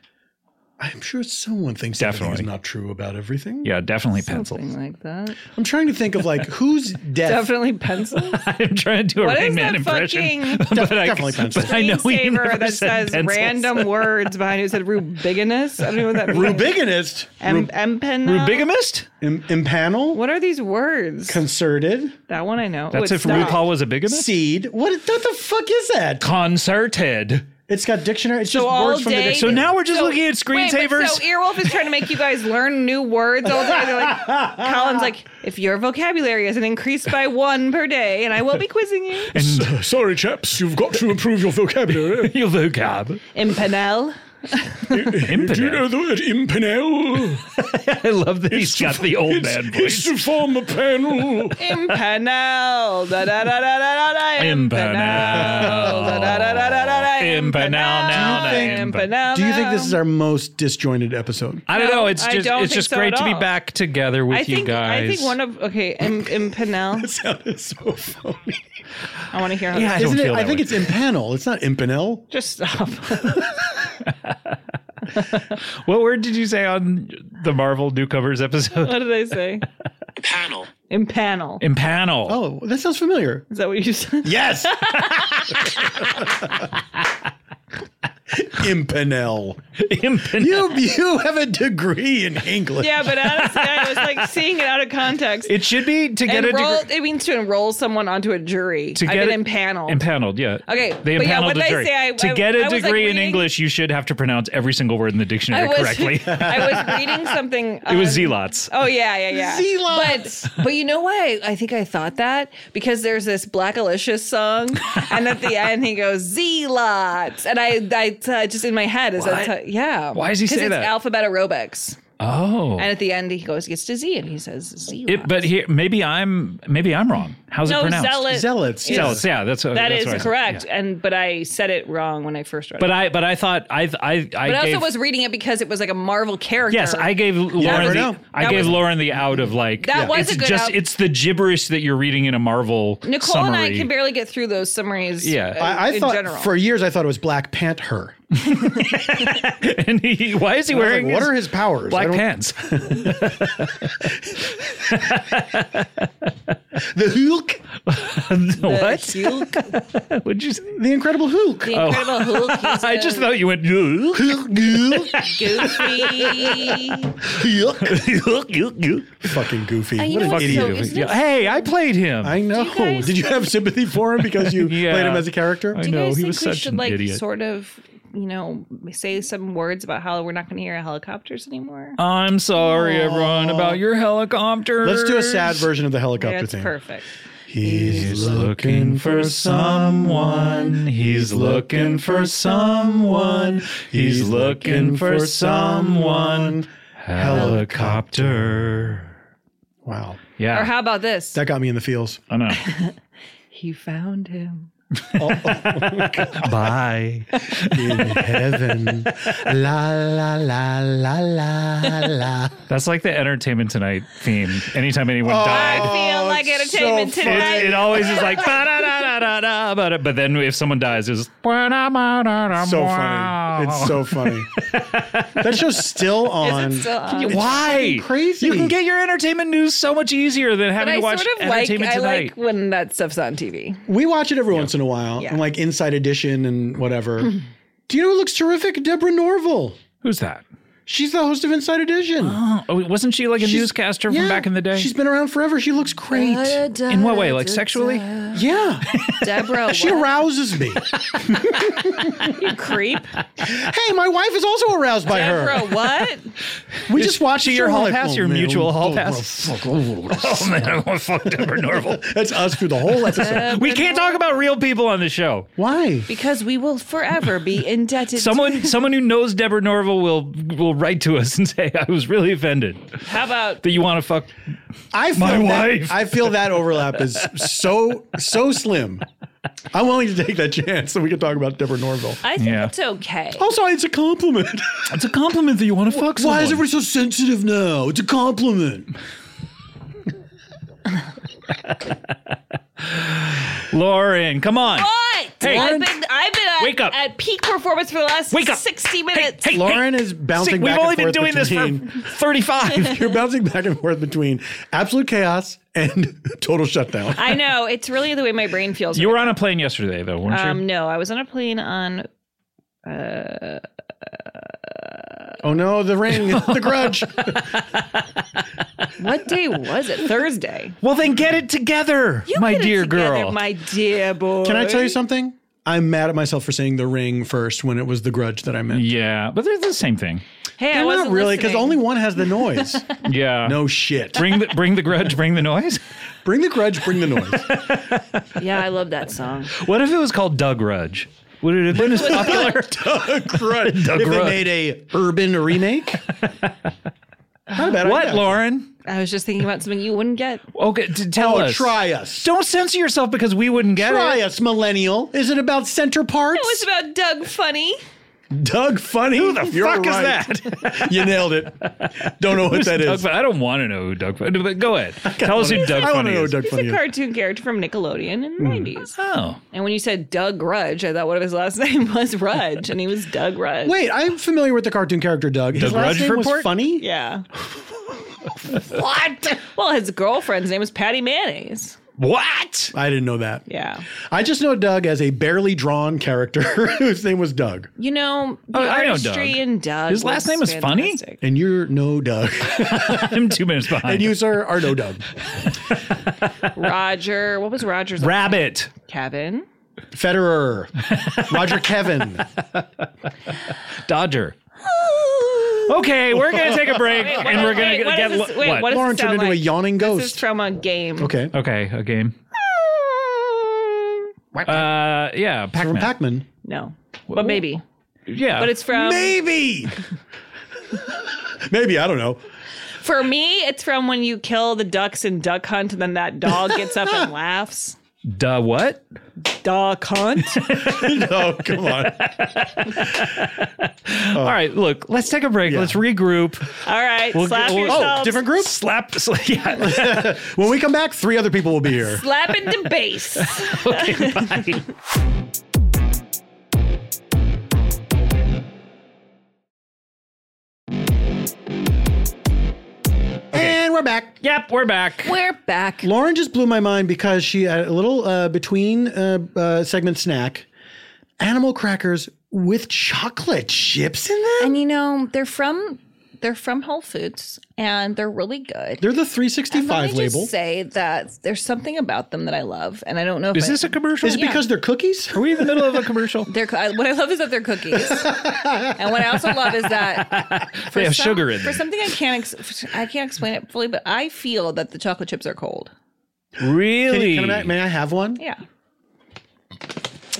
I'm sure someone thinks Definitely. everything is not true about everything. Yeah. Definitely pencil. Something like that. I'm trying to think of like whose death Definitely pencils. I'm trying to do a What Rain is Man that impression. fucking but I, definitely pencils. But I know we screensaver never that says said pencils. random words behind it. It said rubiginous. I don't know what that means. rubiganist Em- empena- Bigamist? Im- impanel What are these words? concerted that one I know. That's Ooh, it if stopped. RuPaul was a bigamist? seed. What what the fuck is that? Concerted. It's got dictionary. It's just all words from the day- So dictionary. now we're just So- looking at Wait, but screensavers. so Earwolf is trying to make you guys learn new words all the time. They're like, Colin's like, if your vocabulary isn't increased by one per day, and I will be quizzing you. and Sorry, chaps, you've got to improve your vocabulary. your vocab. Impanel. Do you know Impotent. the word impanel? I love that he's got the old man It's voice. to form a panel. Impanel. Da da da da da da da. Impanel. Da da da da da da da. Impanel, now, now, Impanel. Do you think now. this is our most disjointed episode? I don't know. It's I just don't it's think just so great at to be all. back together with I you think guys. I think one of okay. Im, impanel. sounded so phony. I want to hear. How yeah, I don't Isn't it? feel I that think way. it's impanel. It's not impanel. Just stop. What word did you say on the Marvel newcomers episode? what did I say? Panel. Impanel. Impanel. Oh, that sounds familiar. Is that what you said? Yes. impanel. Impanel. You you have a degree in English. Yeah, but honestly, I was like seeing it out of context. It should be to get a Enroll, degree. it means to enroll someone onto a jury. To I've get been it- impaneled. Impaneled, yeah. Okay, They but yeah, impaneled what a did I jury. say? I- to I- get a I was, like, degree in reading- English, you should have to pronounce every single word in the I dictionary was, correctly. I was reading something. it was um, zealots. Oh yeah, yeah, yeah. Zealots. But but you know why? I think I thought that because there's this Blackalicious song, and at the end he goes Zealots, and I I uh, just in my head is What? that yeah. Why does he 'Cause say it's that? Alphabet aerobics, Oh, and at the end he goes gets to Z, and he says Zealots. it, but here maybe I'm maybe I'm wrong. How's it no pronounced? zealot. Zealots. Zealots. Yeah, that's what, That that's is what I said, correct, yeah. and but I said it wrong when I first read But it. I but I thought I I I But I gave, also was reading it because it was like a Marvel character. Yes, I gave never Lauren. know. The, I That gave was- Lauren the out of like. That was it's a good just out. it's the gibberish that you're reading in a Marvel Nicole summary. and I can barely get through those summaries. Yeah. in- I, I in thought general. for years I thought it was Black Panther. and he, why is he I was like, wearing? what his are his powers? black I don't- pants? The Hulk, what? Hulk, Would you? Say? the Incredible Hulk. the Incredible Hulk. he's Oh. I a just thought you went. "Ugh." goofy. Fucking goofy. you what know an what's so- idiot. isn't Yeah, Hey, I played him. I know. you guys- Did you have sympathy for him because you Yeah. played him as a character? I Do you know guys he think was we such should an like idiot. sort of, you know, say some words about how we're not going to hear helicopters anymore? I'm sorry, everyone, about your helicopter. Let's do a sad version of the helicopter That's thing. perfect. He's Looking for someone. He's looking for someone. He's looking for someone. Helicopter. Wow. Yeah. Or how about this? That got me in the feels. I know. he found him. Bye. In heaven. La la la la la la. That's like the Entertainment Tonight theme. Anytime anyone Oh. I died, feel like entertainment it, it tonight. always is like da da da da da. But but then if someone dies, it's So funny. It's so funny. that show's still on. Is it still on? Why? crazy. You can get your entertainment news so much easier than But having I to watch sort of like Entertainment I Tonight. like when that stuff's on TV. we watch it every once in a while, Yeah. and like Inside Edition and whatever. Do you know who looks terrific? Deborah Norville. Who's that? She's the host of Inside Edition. Oh, wasn't she like a She's- newscaster yeah, from back in the day? She's been around forever. She looks great. in what way? Like sexually? yeah. Deborah, She what? arouses me. you creep. hey, my wife is also aroused by Deborah, her. what? We just watched she the your show, hall like, pass, your man, mutual hall oh, pass? bro, fuck, oh, oh. Oh man, I want to fuck Deborah Norville. That's us through the whole episode. we can't talk about real people on the show. Why? Because we will forever be indebted. Someone, someone who knows Deborah Norville will will write to us and say, "I was really offended to, how about that you want to fuck." I feel My that, wife. I feel that overlap is so so slim. I'm willing to take that chance so we can talk about Deborah Norville. I think Yeah. it's okay. Also, it's a compliment. It's a compliment that you want to fuck. Why is everybody so sensitive now? It's a compliment. Lauren? Come on. What? Hey. I've been I've been at, Wake up. at peak performance for the last Wake up. 60 minutes. Hey, Lauren hey. is bouncing Sick, We've back only and been forth doing between- this for thirty-five. You're bouncing back and forth between absolute chaos and total shutdown. I know. It's really the way my brain feels. you right were on a plane yesterday, though, weren't now. you? um no, I was on a plane on Oh no, the ring, the grudge. what day was it? Thursday. Well, then get it together, You my get it dear together, girl. My dear boy. Can I tell you something? I'm mad at myself for saying the ring first when it was the grudge that I meant. yeah, but they're the same thing. Hey, I They're wasn't not really, because listening. only one has the noise. Yeah. no shit. Bring the bring the grudge, bring the noise. Bring the grudge, bring the noise. Yeah, I love that song. What if it was called Doug Rudge? Would it have been as popular? Right. Doug if they Rudd. made a urban remake. Not a bad what, idea. Lauren? I was just thinking about something you wouldn't get. Okay, t- tell Oh, us. try us. Don't censor yourself because we wouldn't get Try it. us, millennial. Is it about center parts? It's about Doug Funny. Doug Funny. Who the Fuck is that? you nailed it. Don't know what that Doug is. Fun- I don't want to know who Doug Funny. But go ahead. Tell us who Doug I want Funny to know is. Doug He's a Funny. is. cartoon character from Nickelodeon in the 90s. Oh, And when you said Doug Rudge, I thought one of his last name was Rudge, and he was Doug Rudge. Wait, I'm familiar with the cartoon character Doug. His Doug last Rudge name Report? was Funny. Yeah. what? Well, his girlfriend's name was Patty Mayonnaise. what? I didn't know that. Yeah. I just know Doug as a barely drawn character whose name was Doug. You know, the Oh, I know artistry Doug. in Doug. His was last name is Funny? fantastic. And you're no Doug. I'm two minutes behind. and you, sir, are no Doug. Roger. What was Roger's Rabbit. Kevin? Federer. Roger Kevin. Dodger. Okay, we're gonna take a break and we're gonna wait, what get is lo- this- wait, what? what is- Lauren turned sound into a like? yawning This is ghost. from a game. okay. okay, a game. Uh, yeah, From Pac-Man. Pac-Man. No. But maybe. yeah, But it's from Maybe. Maybe, I don't know. for me, it's from when you kill the ducks in Duck Hunt and then that dog gets up and laughs. duh. What? Duck Hunt? Oh, come on. Oh. All right, look, let's take a break. Let's regroup. All right, slap we'll- oh, yourselves. Different group? Slap. sla- yeah. When we come back, three other people will be here. Slap into base. okay. Bye. And we're back. Yep, we're back. We're back. Lauren just blew my mind because she had a little uh, between uh, uh, segment snack, animal crackers with chocolate chips in them. And you know, they're from they're from Whole Foods and they're really good. They're the Let 365 me label. just say that there's something about them that I love, and I don't know if Is I- this a commercial? Is it because they're cookies? Are we in the middle of a commercial? They're, co- I- what I love is that they're cookies, and what I also love is that for They have some- sugar in For them. something I can't, ex- I can't explain it fully, but I feel that the chocolate chips are cold. Can Really? you- can I- may I have one? Yeah.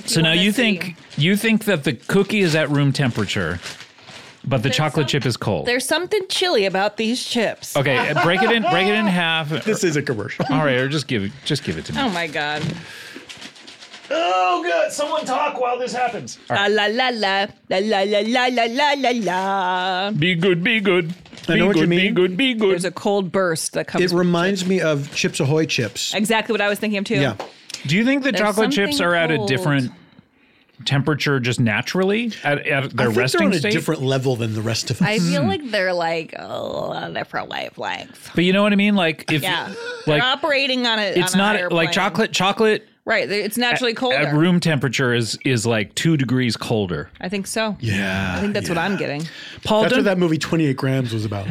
so now wanna you see. think you think that the cookie is at room temperature, but the chocolate chip is cold. There's something chilly about these chips. Okay, uh, break it in. Break it in half. This is a commercial. All right, or just give it. Just give it to me. Oh my god. Oh, good. Someone talk while this happens. Ah, La la la la la la la la la la la. Be good. Be good. I know Be what you good, Be mean. good. Be good. There's a cold burst that comes. It reminds me of Chips Ahoy chips. exactly what I was thinking of too. Yeah. Do you think the There's chocolate chips something are at a cold. different temperature just naturally at, at I their think they're resting on a state? different level than the rest of us. I feel like they're like oh, a different wavelength. but you know what I mean. Like if Yeah. they're like operating on a. it's on a not higher like plane. chocolate. Chocolate Right. they- It's naturally colder. at room temperature is is like two degrees colder. I think so. yeah. I think that's what I'm getting. Paul, That's what don't, that movie 28 Grams was about.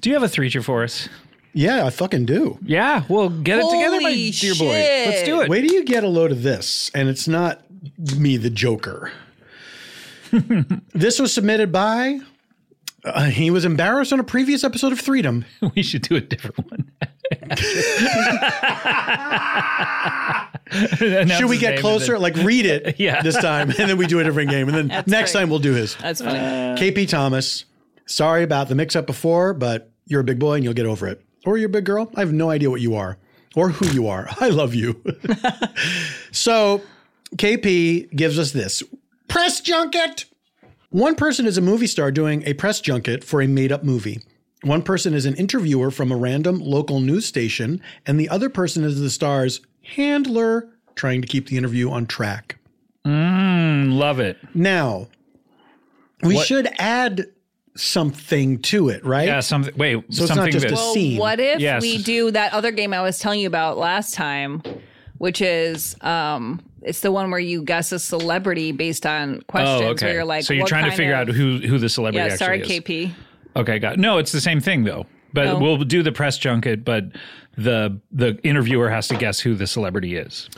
do you have a three cheer for us? yeah, I fucking do. Yeah, well, get it together, my Holy dear boy. Let's do it. Wait till you get a load of this, and it's not me, the Joker. this was submitted by. uh, he was embarrassed on a previous episode of Freedom. We should do a different one. Should we get closer? Like, read it Yeah. this time, and then we do a different game. And then next great. time, we'll do his. That's funny. KP Thomas, sorry about the mix up before, but you're a big boy and you'll get over it. Or you're a big girl. I have no idea what you are or who you are. I love you. so KP gives us this press junket. One person is a movie star doing a press junket for a made up movie. One person is an interviewer from a random local news station, and the other person is the star's handler trying to keep the interview on track. Hmm, Love it. Now, we What- should add something to it, right? Yeah, something. Wait, it's not something just that. a scene. What if Yes. we do that other game I was telling you about last time, which is um it's the one where you guess a celebrity based on questions oh, where okay. you're like so you're what trying to kind figure of- out who who the celebrity Yeah, actually sorry is. KP. Okay, got no. It's the same thing though. But Oh. we'll do the press junket, but the the interviewer has to guess who the celebrity is,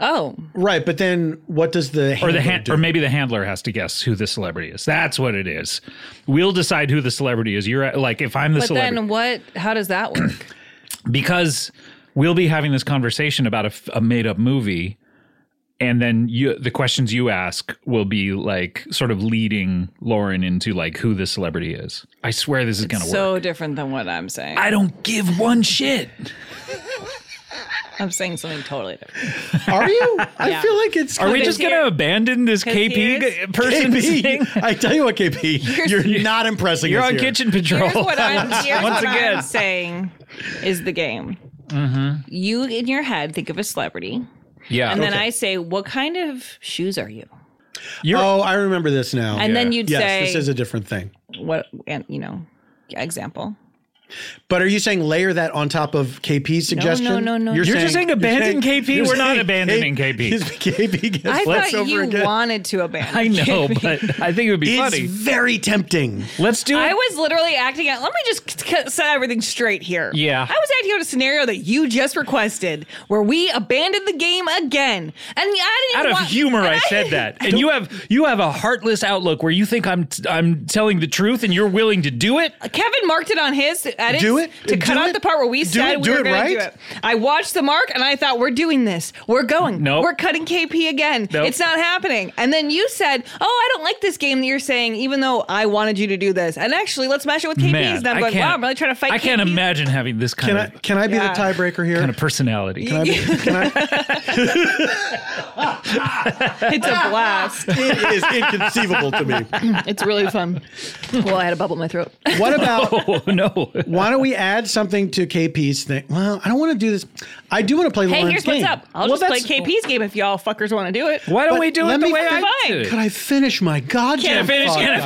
Oh, Right, but then what does the or the hand, hand or maybe the handler has to guess who the celebrity is. That's what it is. We'll decide who the celebrity is. You're like, if I'm the but celebrity, then what how does that work? because we'll be having this conversation about a, made up movie and then you the questions you ask will be like sort of leading Lauren into like who this celebrity is. I swear this is gonna work. So different than what I'm saying. I don't give one shit. I'm saying something totally different. Are you? I feel like it's. Are we just here- gonna abandon this KP he g- person? thing? KP? I tell you what, KP, you're not impressing. You're us on here. kitchen patrol. Here's what I'm, here's Once what again. Mm-hmm. I'm saying is the game. You in your head think of a celebrity, yeah, and then I say, "What kind of shoes are you?" Oh, I remember this now. And then you'd yes, say, this is a different thing. "What?" And you know, example. But are you saying layer that on top of KP's suggestion? no, no, You're just saying abandon KP? you're We're not saying abandoning K- KP. his- KP gets I less thought over you again. wanted to abandon. I know, me. but I think it would be it's funny. very tempting. Let's do I it. was literally acting out. Let me just c- c- set everything straight here. Yeah. I was acting out a scenario that you just requested where we abandoned the game again. And I didn't out even of want- humor, and I said didn't- that, and you have you have a heartless outlook where you think I'm t- I'm telling the truth, and you're willing to do it. Kevin marked it on his edits Do it. to Do cut out it. the part where we Do said it. we Do were it going to do right. it. I watched the mark and I thought we're doing this. We're going. Nope. We're cutting KP again. Nope. It's not happening. And then you said, "Oh, I don't like this game that you're saying, even though I wanted you to do this." And actually, let's match it with KP's. Man, and I'm I going, can't- "Wow, I'm really trying to fight." I can't KP's. imagine having this kind Can I? of Can I be Yeah. the tiebreaker here? kind of personality. Can I be- can I- It's a blast. it is inconceivable to me. it's really fun. Well, I had a bubble in my throat. What about oh no! Why don't we add something to KP's thing? Well, I don't want to do this. I do want to play Hey, here's Lauren's game. what's up. I'll Well, just play that's- KP's game if y'all fuckers want to do it. Why don't we do let it the me way fi- I do? Could I finish my Can goddamn? I finish? thought? Can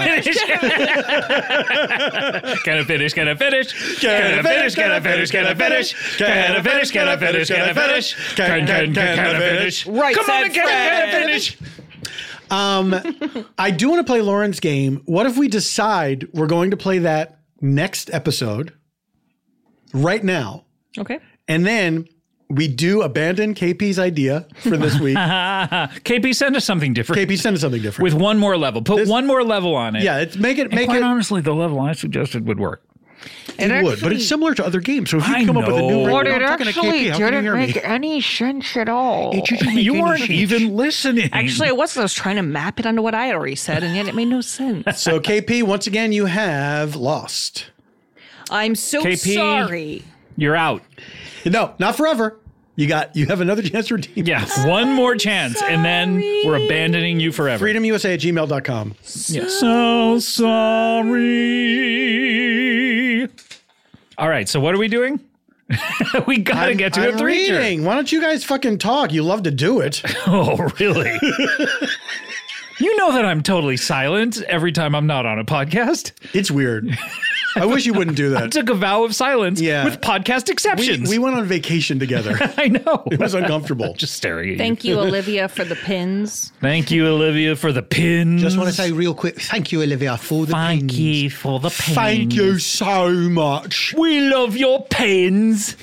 I finish? Can I finish? Can I finish? Can I finish? Can I finish? Can I finish? Can I finish? Can I finish? Can I finish? Can can can can I finish? Right Come side on, can I friend. finish? Um, I do want to play Lauren's game. What if we decide we're going to play that next episode, right now, Okay. and then we do abandon KP's idea for this week. KP, send us something different. KP, send us something different. with one more level. Put one more level on it. yeah, it's make it make Quite it. honestly, the level I suggested would work. It would, but it's similar to other games. So if you I come up with a know. new But I'm talking to KP, how can you hear me? any sense at all. It shouldn't make You any weren't sense. even listening. Actually, I wasn't. I was trying to map it onto what I had already said, and yet it made no sense. So KP, once again, you have lost. I'm so KP. sorry. you're out. No, not forever. You got. You have another chance to redeem. Yeah, one more chance, and then we're abandoning you forever. FreedomUSA at gmail.com. Yeah. So sorry. All right, so what are we doing? we gotta get to I'm a three. reading. Why don't you guys fucking talk? You love to do it. Oh, really? you know that I'm totally silent every time I'm not on a podcast. It's weird. I wish you wouldn't do I that. took a vow of silence Yeah. with podcast We, exceptions. we went on vacation together. I know. It was uncomfortable. Just staring at Thank you, Olivia, for the pins. you. Thank you, Olivia, for the pins. real quick, thank you, Olivia, for the thank you for the pins. Thank you so much. We love your pins.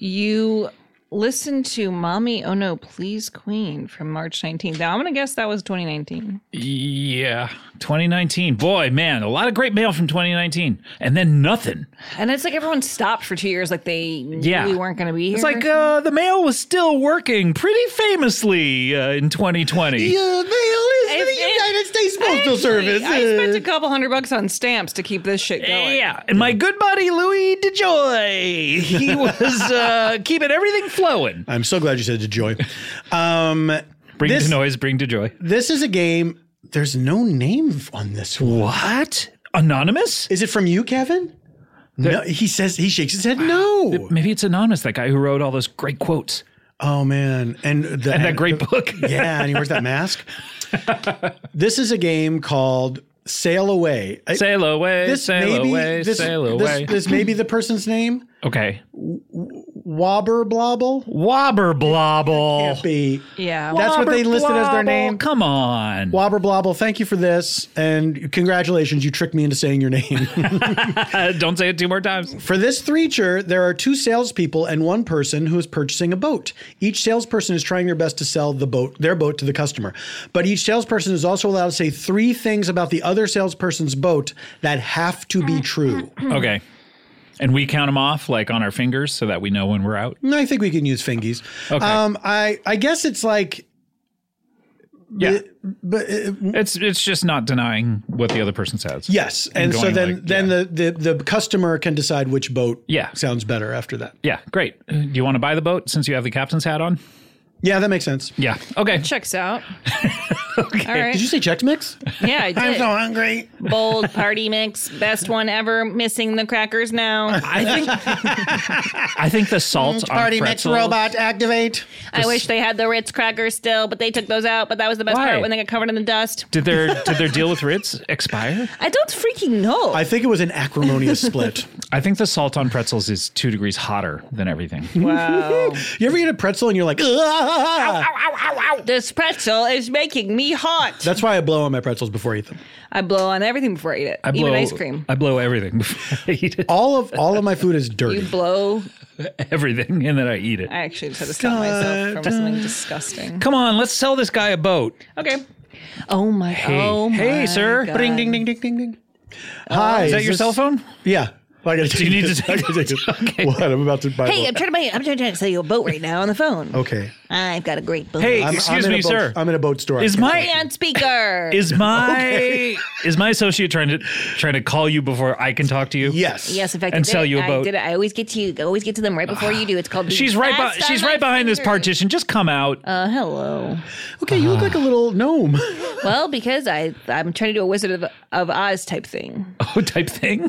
You listened to "Mommy Oh No Please Queen" from March 19th. Now I'm gonna guess that was 2019. Yeah, 2019. Boy, man, a lot of great mail from 2019, and then nothing. And it's like everyone stopped for two years, like they Yeah, knew we weren't gonna be here. It's like uh, the mail was still working pretty famously uh, in 2020. Yeah, the If- if- States uh, Actually, I spent a couple hundred bucks on stamps to keep this shit going. Yeah, and my good buddy Louis DeJoy, he was uh, keeping everything flowing. I'm so glad you said to Joy. Um, Bring This- to noise, bring to joy. this is a game. There's no name on this one. What? Anonymous? Is it from you, Kevin? no, he says he shakes his head. No. Maybe it's anonymous. That guy who wrote all those great quotes Oh man, and, the, and that great book. yeah, and he wears that mask. this is a game called Sail Away. I- sail away, this sail may be- away, this, sail this- away. This, may be the person's name. okay. Wobber Oh. Blobble. Wobber Can't blobble. be. Yeah. That's what they Wobber listed as blobble. their name. Come on. Wobber Blobble, thank you for this. And congratulations, you tricked me into saying your name. Uh, don't say it two more times. For this three-cher, there are two salespeople and one person who is purchasing a boat. Each salesperson is trying their best to sell the boat, their boat to the customer. But each salesperson is also allowed to say Hmm. three things about the other salesperson's boat that have to be true. Okay. And we count them off like on our fingers so that we know when we're out. No, I think we can use fingies. Okay. Um, I I guess it's like, Yeah. but uh, It's it's just not denying what the other person says. yes, and, so going then like- then the, the the customer can decide which boat Yeah. sounds better after that. Yeah, great. Uh, Do you want to buy the boat since you have the captain's hat on? Yeah, that makes sense. Yeah. Okay. Checks out. All Did right. you say checked mix? Yeah, I did. hungry. Bold party mix, best one ever. Missing the crackers now. I think I think the Hmm, salt on pretzels. activate. I wish they had the Ritz crackers still, but they took those out. But that was the best Why? part when they got covered in the dust. Did their did their deal with Ritz expire? I don't freaking know. I think it was an acrimonious split. I think the salt on pretzels is two degrees hotter than everything. wow. You ever eat a pretzel and you're like, "Ah!" this pretzel is making me hot. that's why I blow on my pretzels before I eat them. I blow on everything before I eat it, I blow even ice cream. I blow everything before I eat it. All of all of my food is You dirty. blow. everything and then I eat it. I actually just had to stop myself from something disgusting. Come on, let's sell this guy a boat. Okay. Oh my. oh my. hey, sir. God. Ding ding ding ding ding ding. Hi, Is that your this- cell phone? Yeah. I gotta you need this. to take I gotta this? this. Okay. What? I'm about to buy. Hey, one. I'm trying to buy. I'm trying to sell you a boat right now on the phone. okay. I've got a great boat. Hey, I'm- excuse I'm in a me, boat- sir. I'm in a boat store. is Hey, my on speaker. is my is my associate trying to trying to call you before I can talk to you? yes. yes, in fact, I and did sell it. you a I boat. did it. I always get to you. I always get to them right before you do. It's called. She's right. By, she's right behind this partition. Just come out. Uh, hello. Okay, you look like a little gnome. Well, because I I'm trying to do a Wizard of, of Oz type thing oh, type thing.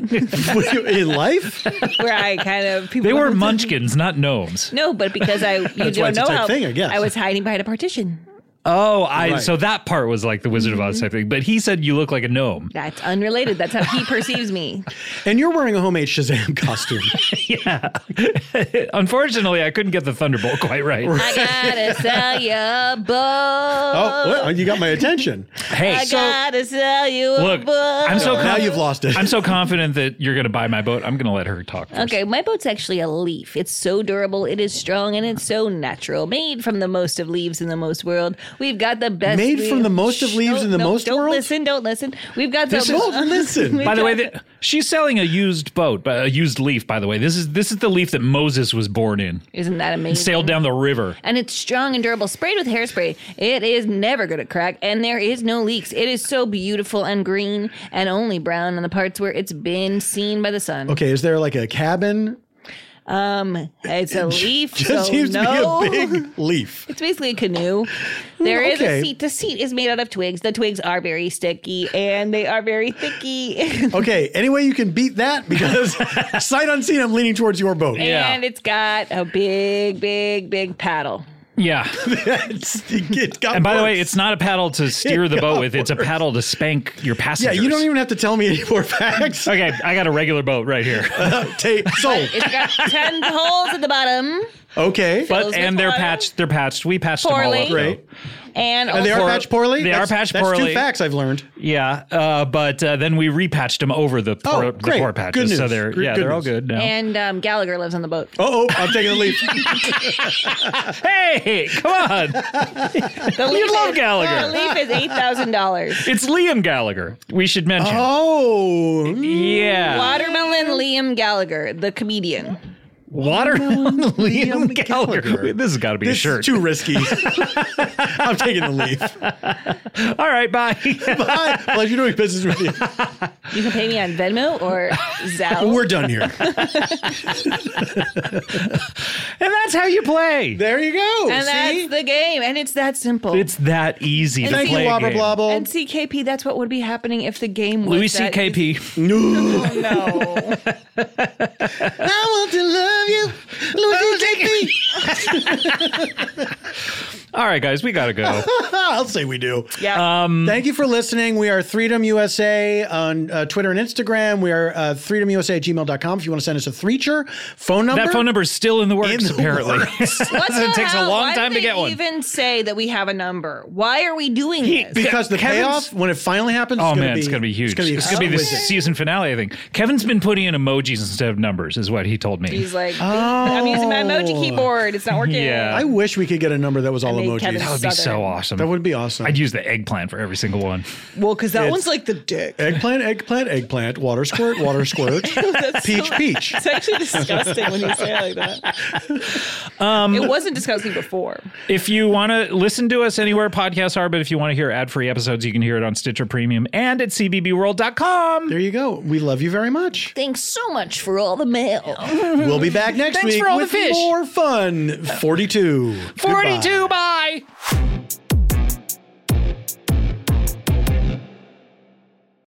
in life? where I kind of people they were munchkins, not gnomes. No, but because I you why don't it's a know type how thing, I guess. was hiding behind a partition. Oh, I. Right. So that part was like the Wizard of Oz type thing. But he said you look like a gnome. That's unrelated. That's how he perceives me. And you're wearing a homemade Shazam costume. Yeah. Unfortunately, I couldn't get the thunderbolt quite right. I gotta sell you a book. oh, well, you got my attention. Hey, I gotta sell you a look, book. I'm so Now con- you've lost it. I'm so confident that you're gonna buy my boat. I'm gonna let her talk. First. Okay, my boat's actually a leaf. It's so durable, it is strong, and it's so natural. Made from the most of leaves in the most world. We've got the best. Made from leaves- the most of Shh, leaves don't- in the don't- most don't world? listen. Don't listen. We've got the. Don't listen. By the way, th- she's selling a used boat, but a used leaf. By the way, this is this is the leaf that Moses was born in. Isn't that amazing? Sailed down the river. and it's strong and durable, sprayed with hairspray. It is never going to crack, and there is no leaks. It is so beautiful and green, and only brown on the parts where it's been seen by the sun. Okay, is there like a cabin? Um, it's a leaf, so Just seems no. to be a big leaf. It's basically a canoe. There is Hmm, okay. a seat. The seat is made out of twigs. The twigs are very sticky, and they are very thicky. Okay, any way you can beat that? Because sight unseen, I'm leaning towards your boat. Yeah. And it's got a big, big, big paddle. Yeah. It's- it got And by the way, worse. it's not a paddle to steer the It boat got with. It's a paddle to spank your yeah, passengers. you don't even have to tell me any more facts. Uh, Okay, I got a regular boat right here. Ta- sold. It's got ten holes at the bottom, Okay, But Fills and with they're water. patched. They're patched. We patched them all Poorly. up. though. Right. and, and they also- are patched poorly. They are That's- patched That's poorly. two facts I've learned. Yeah, uh, but uh, then we repatched them over the poor, Oh, the great. poor Good patches. So news. they're Gr- yeah, good they're all news. good now. and um, Gallagher lives on the boat. Oh, oh, I'm taking the leaf. hey, come on! Oh, The You leaf love is- Gallagher. The leaf is eight thousand dollars. It's Liam Gallagher. We should mention. oh, Yeah, Watermelon Liam Gallagher, the comedian. watermelon Liam Gallagher. Gallagher. This has got to be this a shirt. is too risky. I'm taking the leaf. all right, bye. Bye. Pleasure doing business with you. You can pay me on Venmo or Zelle. We're done here. and that's how you play. There you go. and See? that's the game, and it's that simple. it's that easy to Thank play. you, a Wobble game. Blobble. and CKP, that's what would be happening if the game was Louis that C.K.P. No. Oh, easy. No. I want to love you. Louis All right, guys, we gotta go. I'll say we do. yeah. Um, Thank you for listening. We are Freedom USA on uh, Twitter and Instagram. We are uh, freedomusa at gmail.com if you want to send us a threacher. Phone number. that phone number is still in the works. In the apparently, Let's it not takes a have- long why do time to they get one. Even say that we have a number. Why are we doing this? Because the Kevin's- payoff, when it finally happens, Oh it's man, gonna it's be, gonna be huge. It's gonna be, the exquisite. season finale, I think. Kevin's been putting in emojis instead of numbers, is what he told me. He's like, I'm using my emoji keyboard. It's not working. Oh. Yeah. I wish we could get a number that was all made emojis. Kevin that would be so awesome. That would would be awesome. I'd use the eggplant for every single one. Well, because that one's like the dick. eggplant, eggplant, eggplant, water squirt, water squirt, peach, peach. It's actually disgusting when you say it like that. Um, it wasn't disgusting before. If you want to listen to us anywhere podcasts are, but if you want to hear ad free episodes, you can hear it on Stitcher Premium and at CBBWorld.com. There you go. We love you very much. Thanks so much for all the mail. We'll be back next Thanks week for all the with fish. more fun. 42. 42. Goodbye. Bye.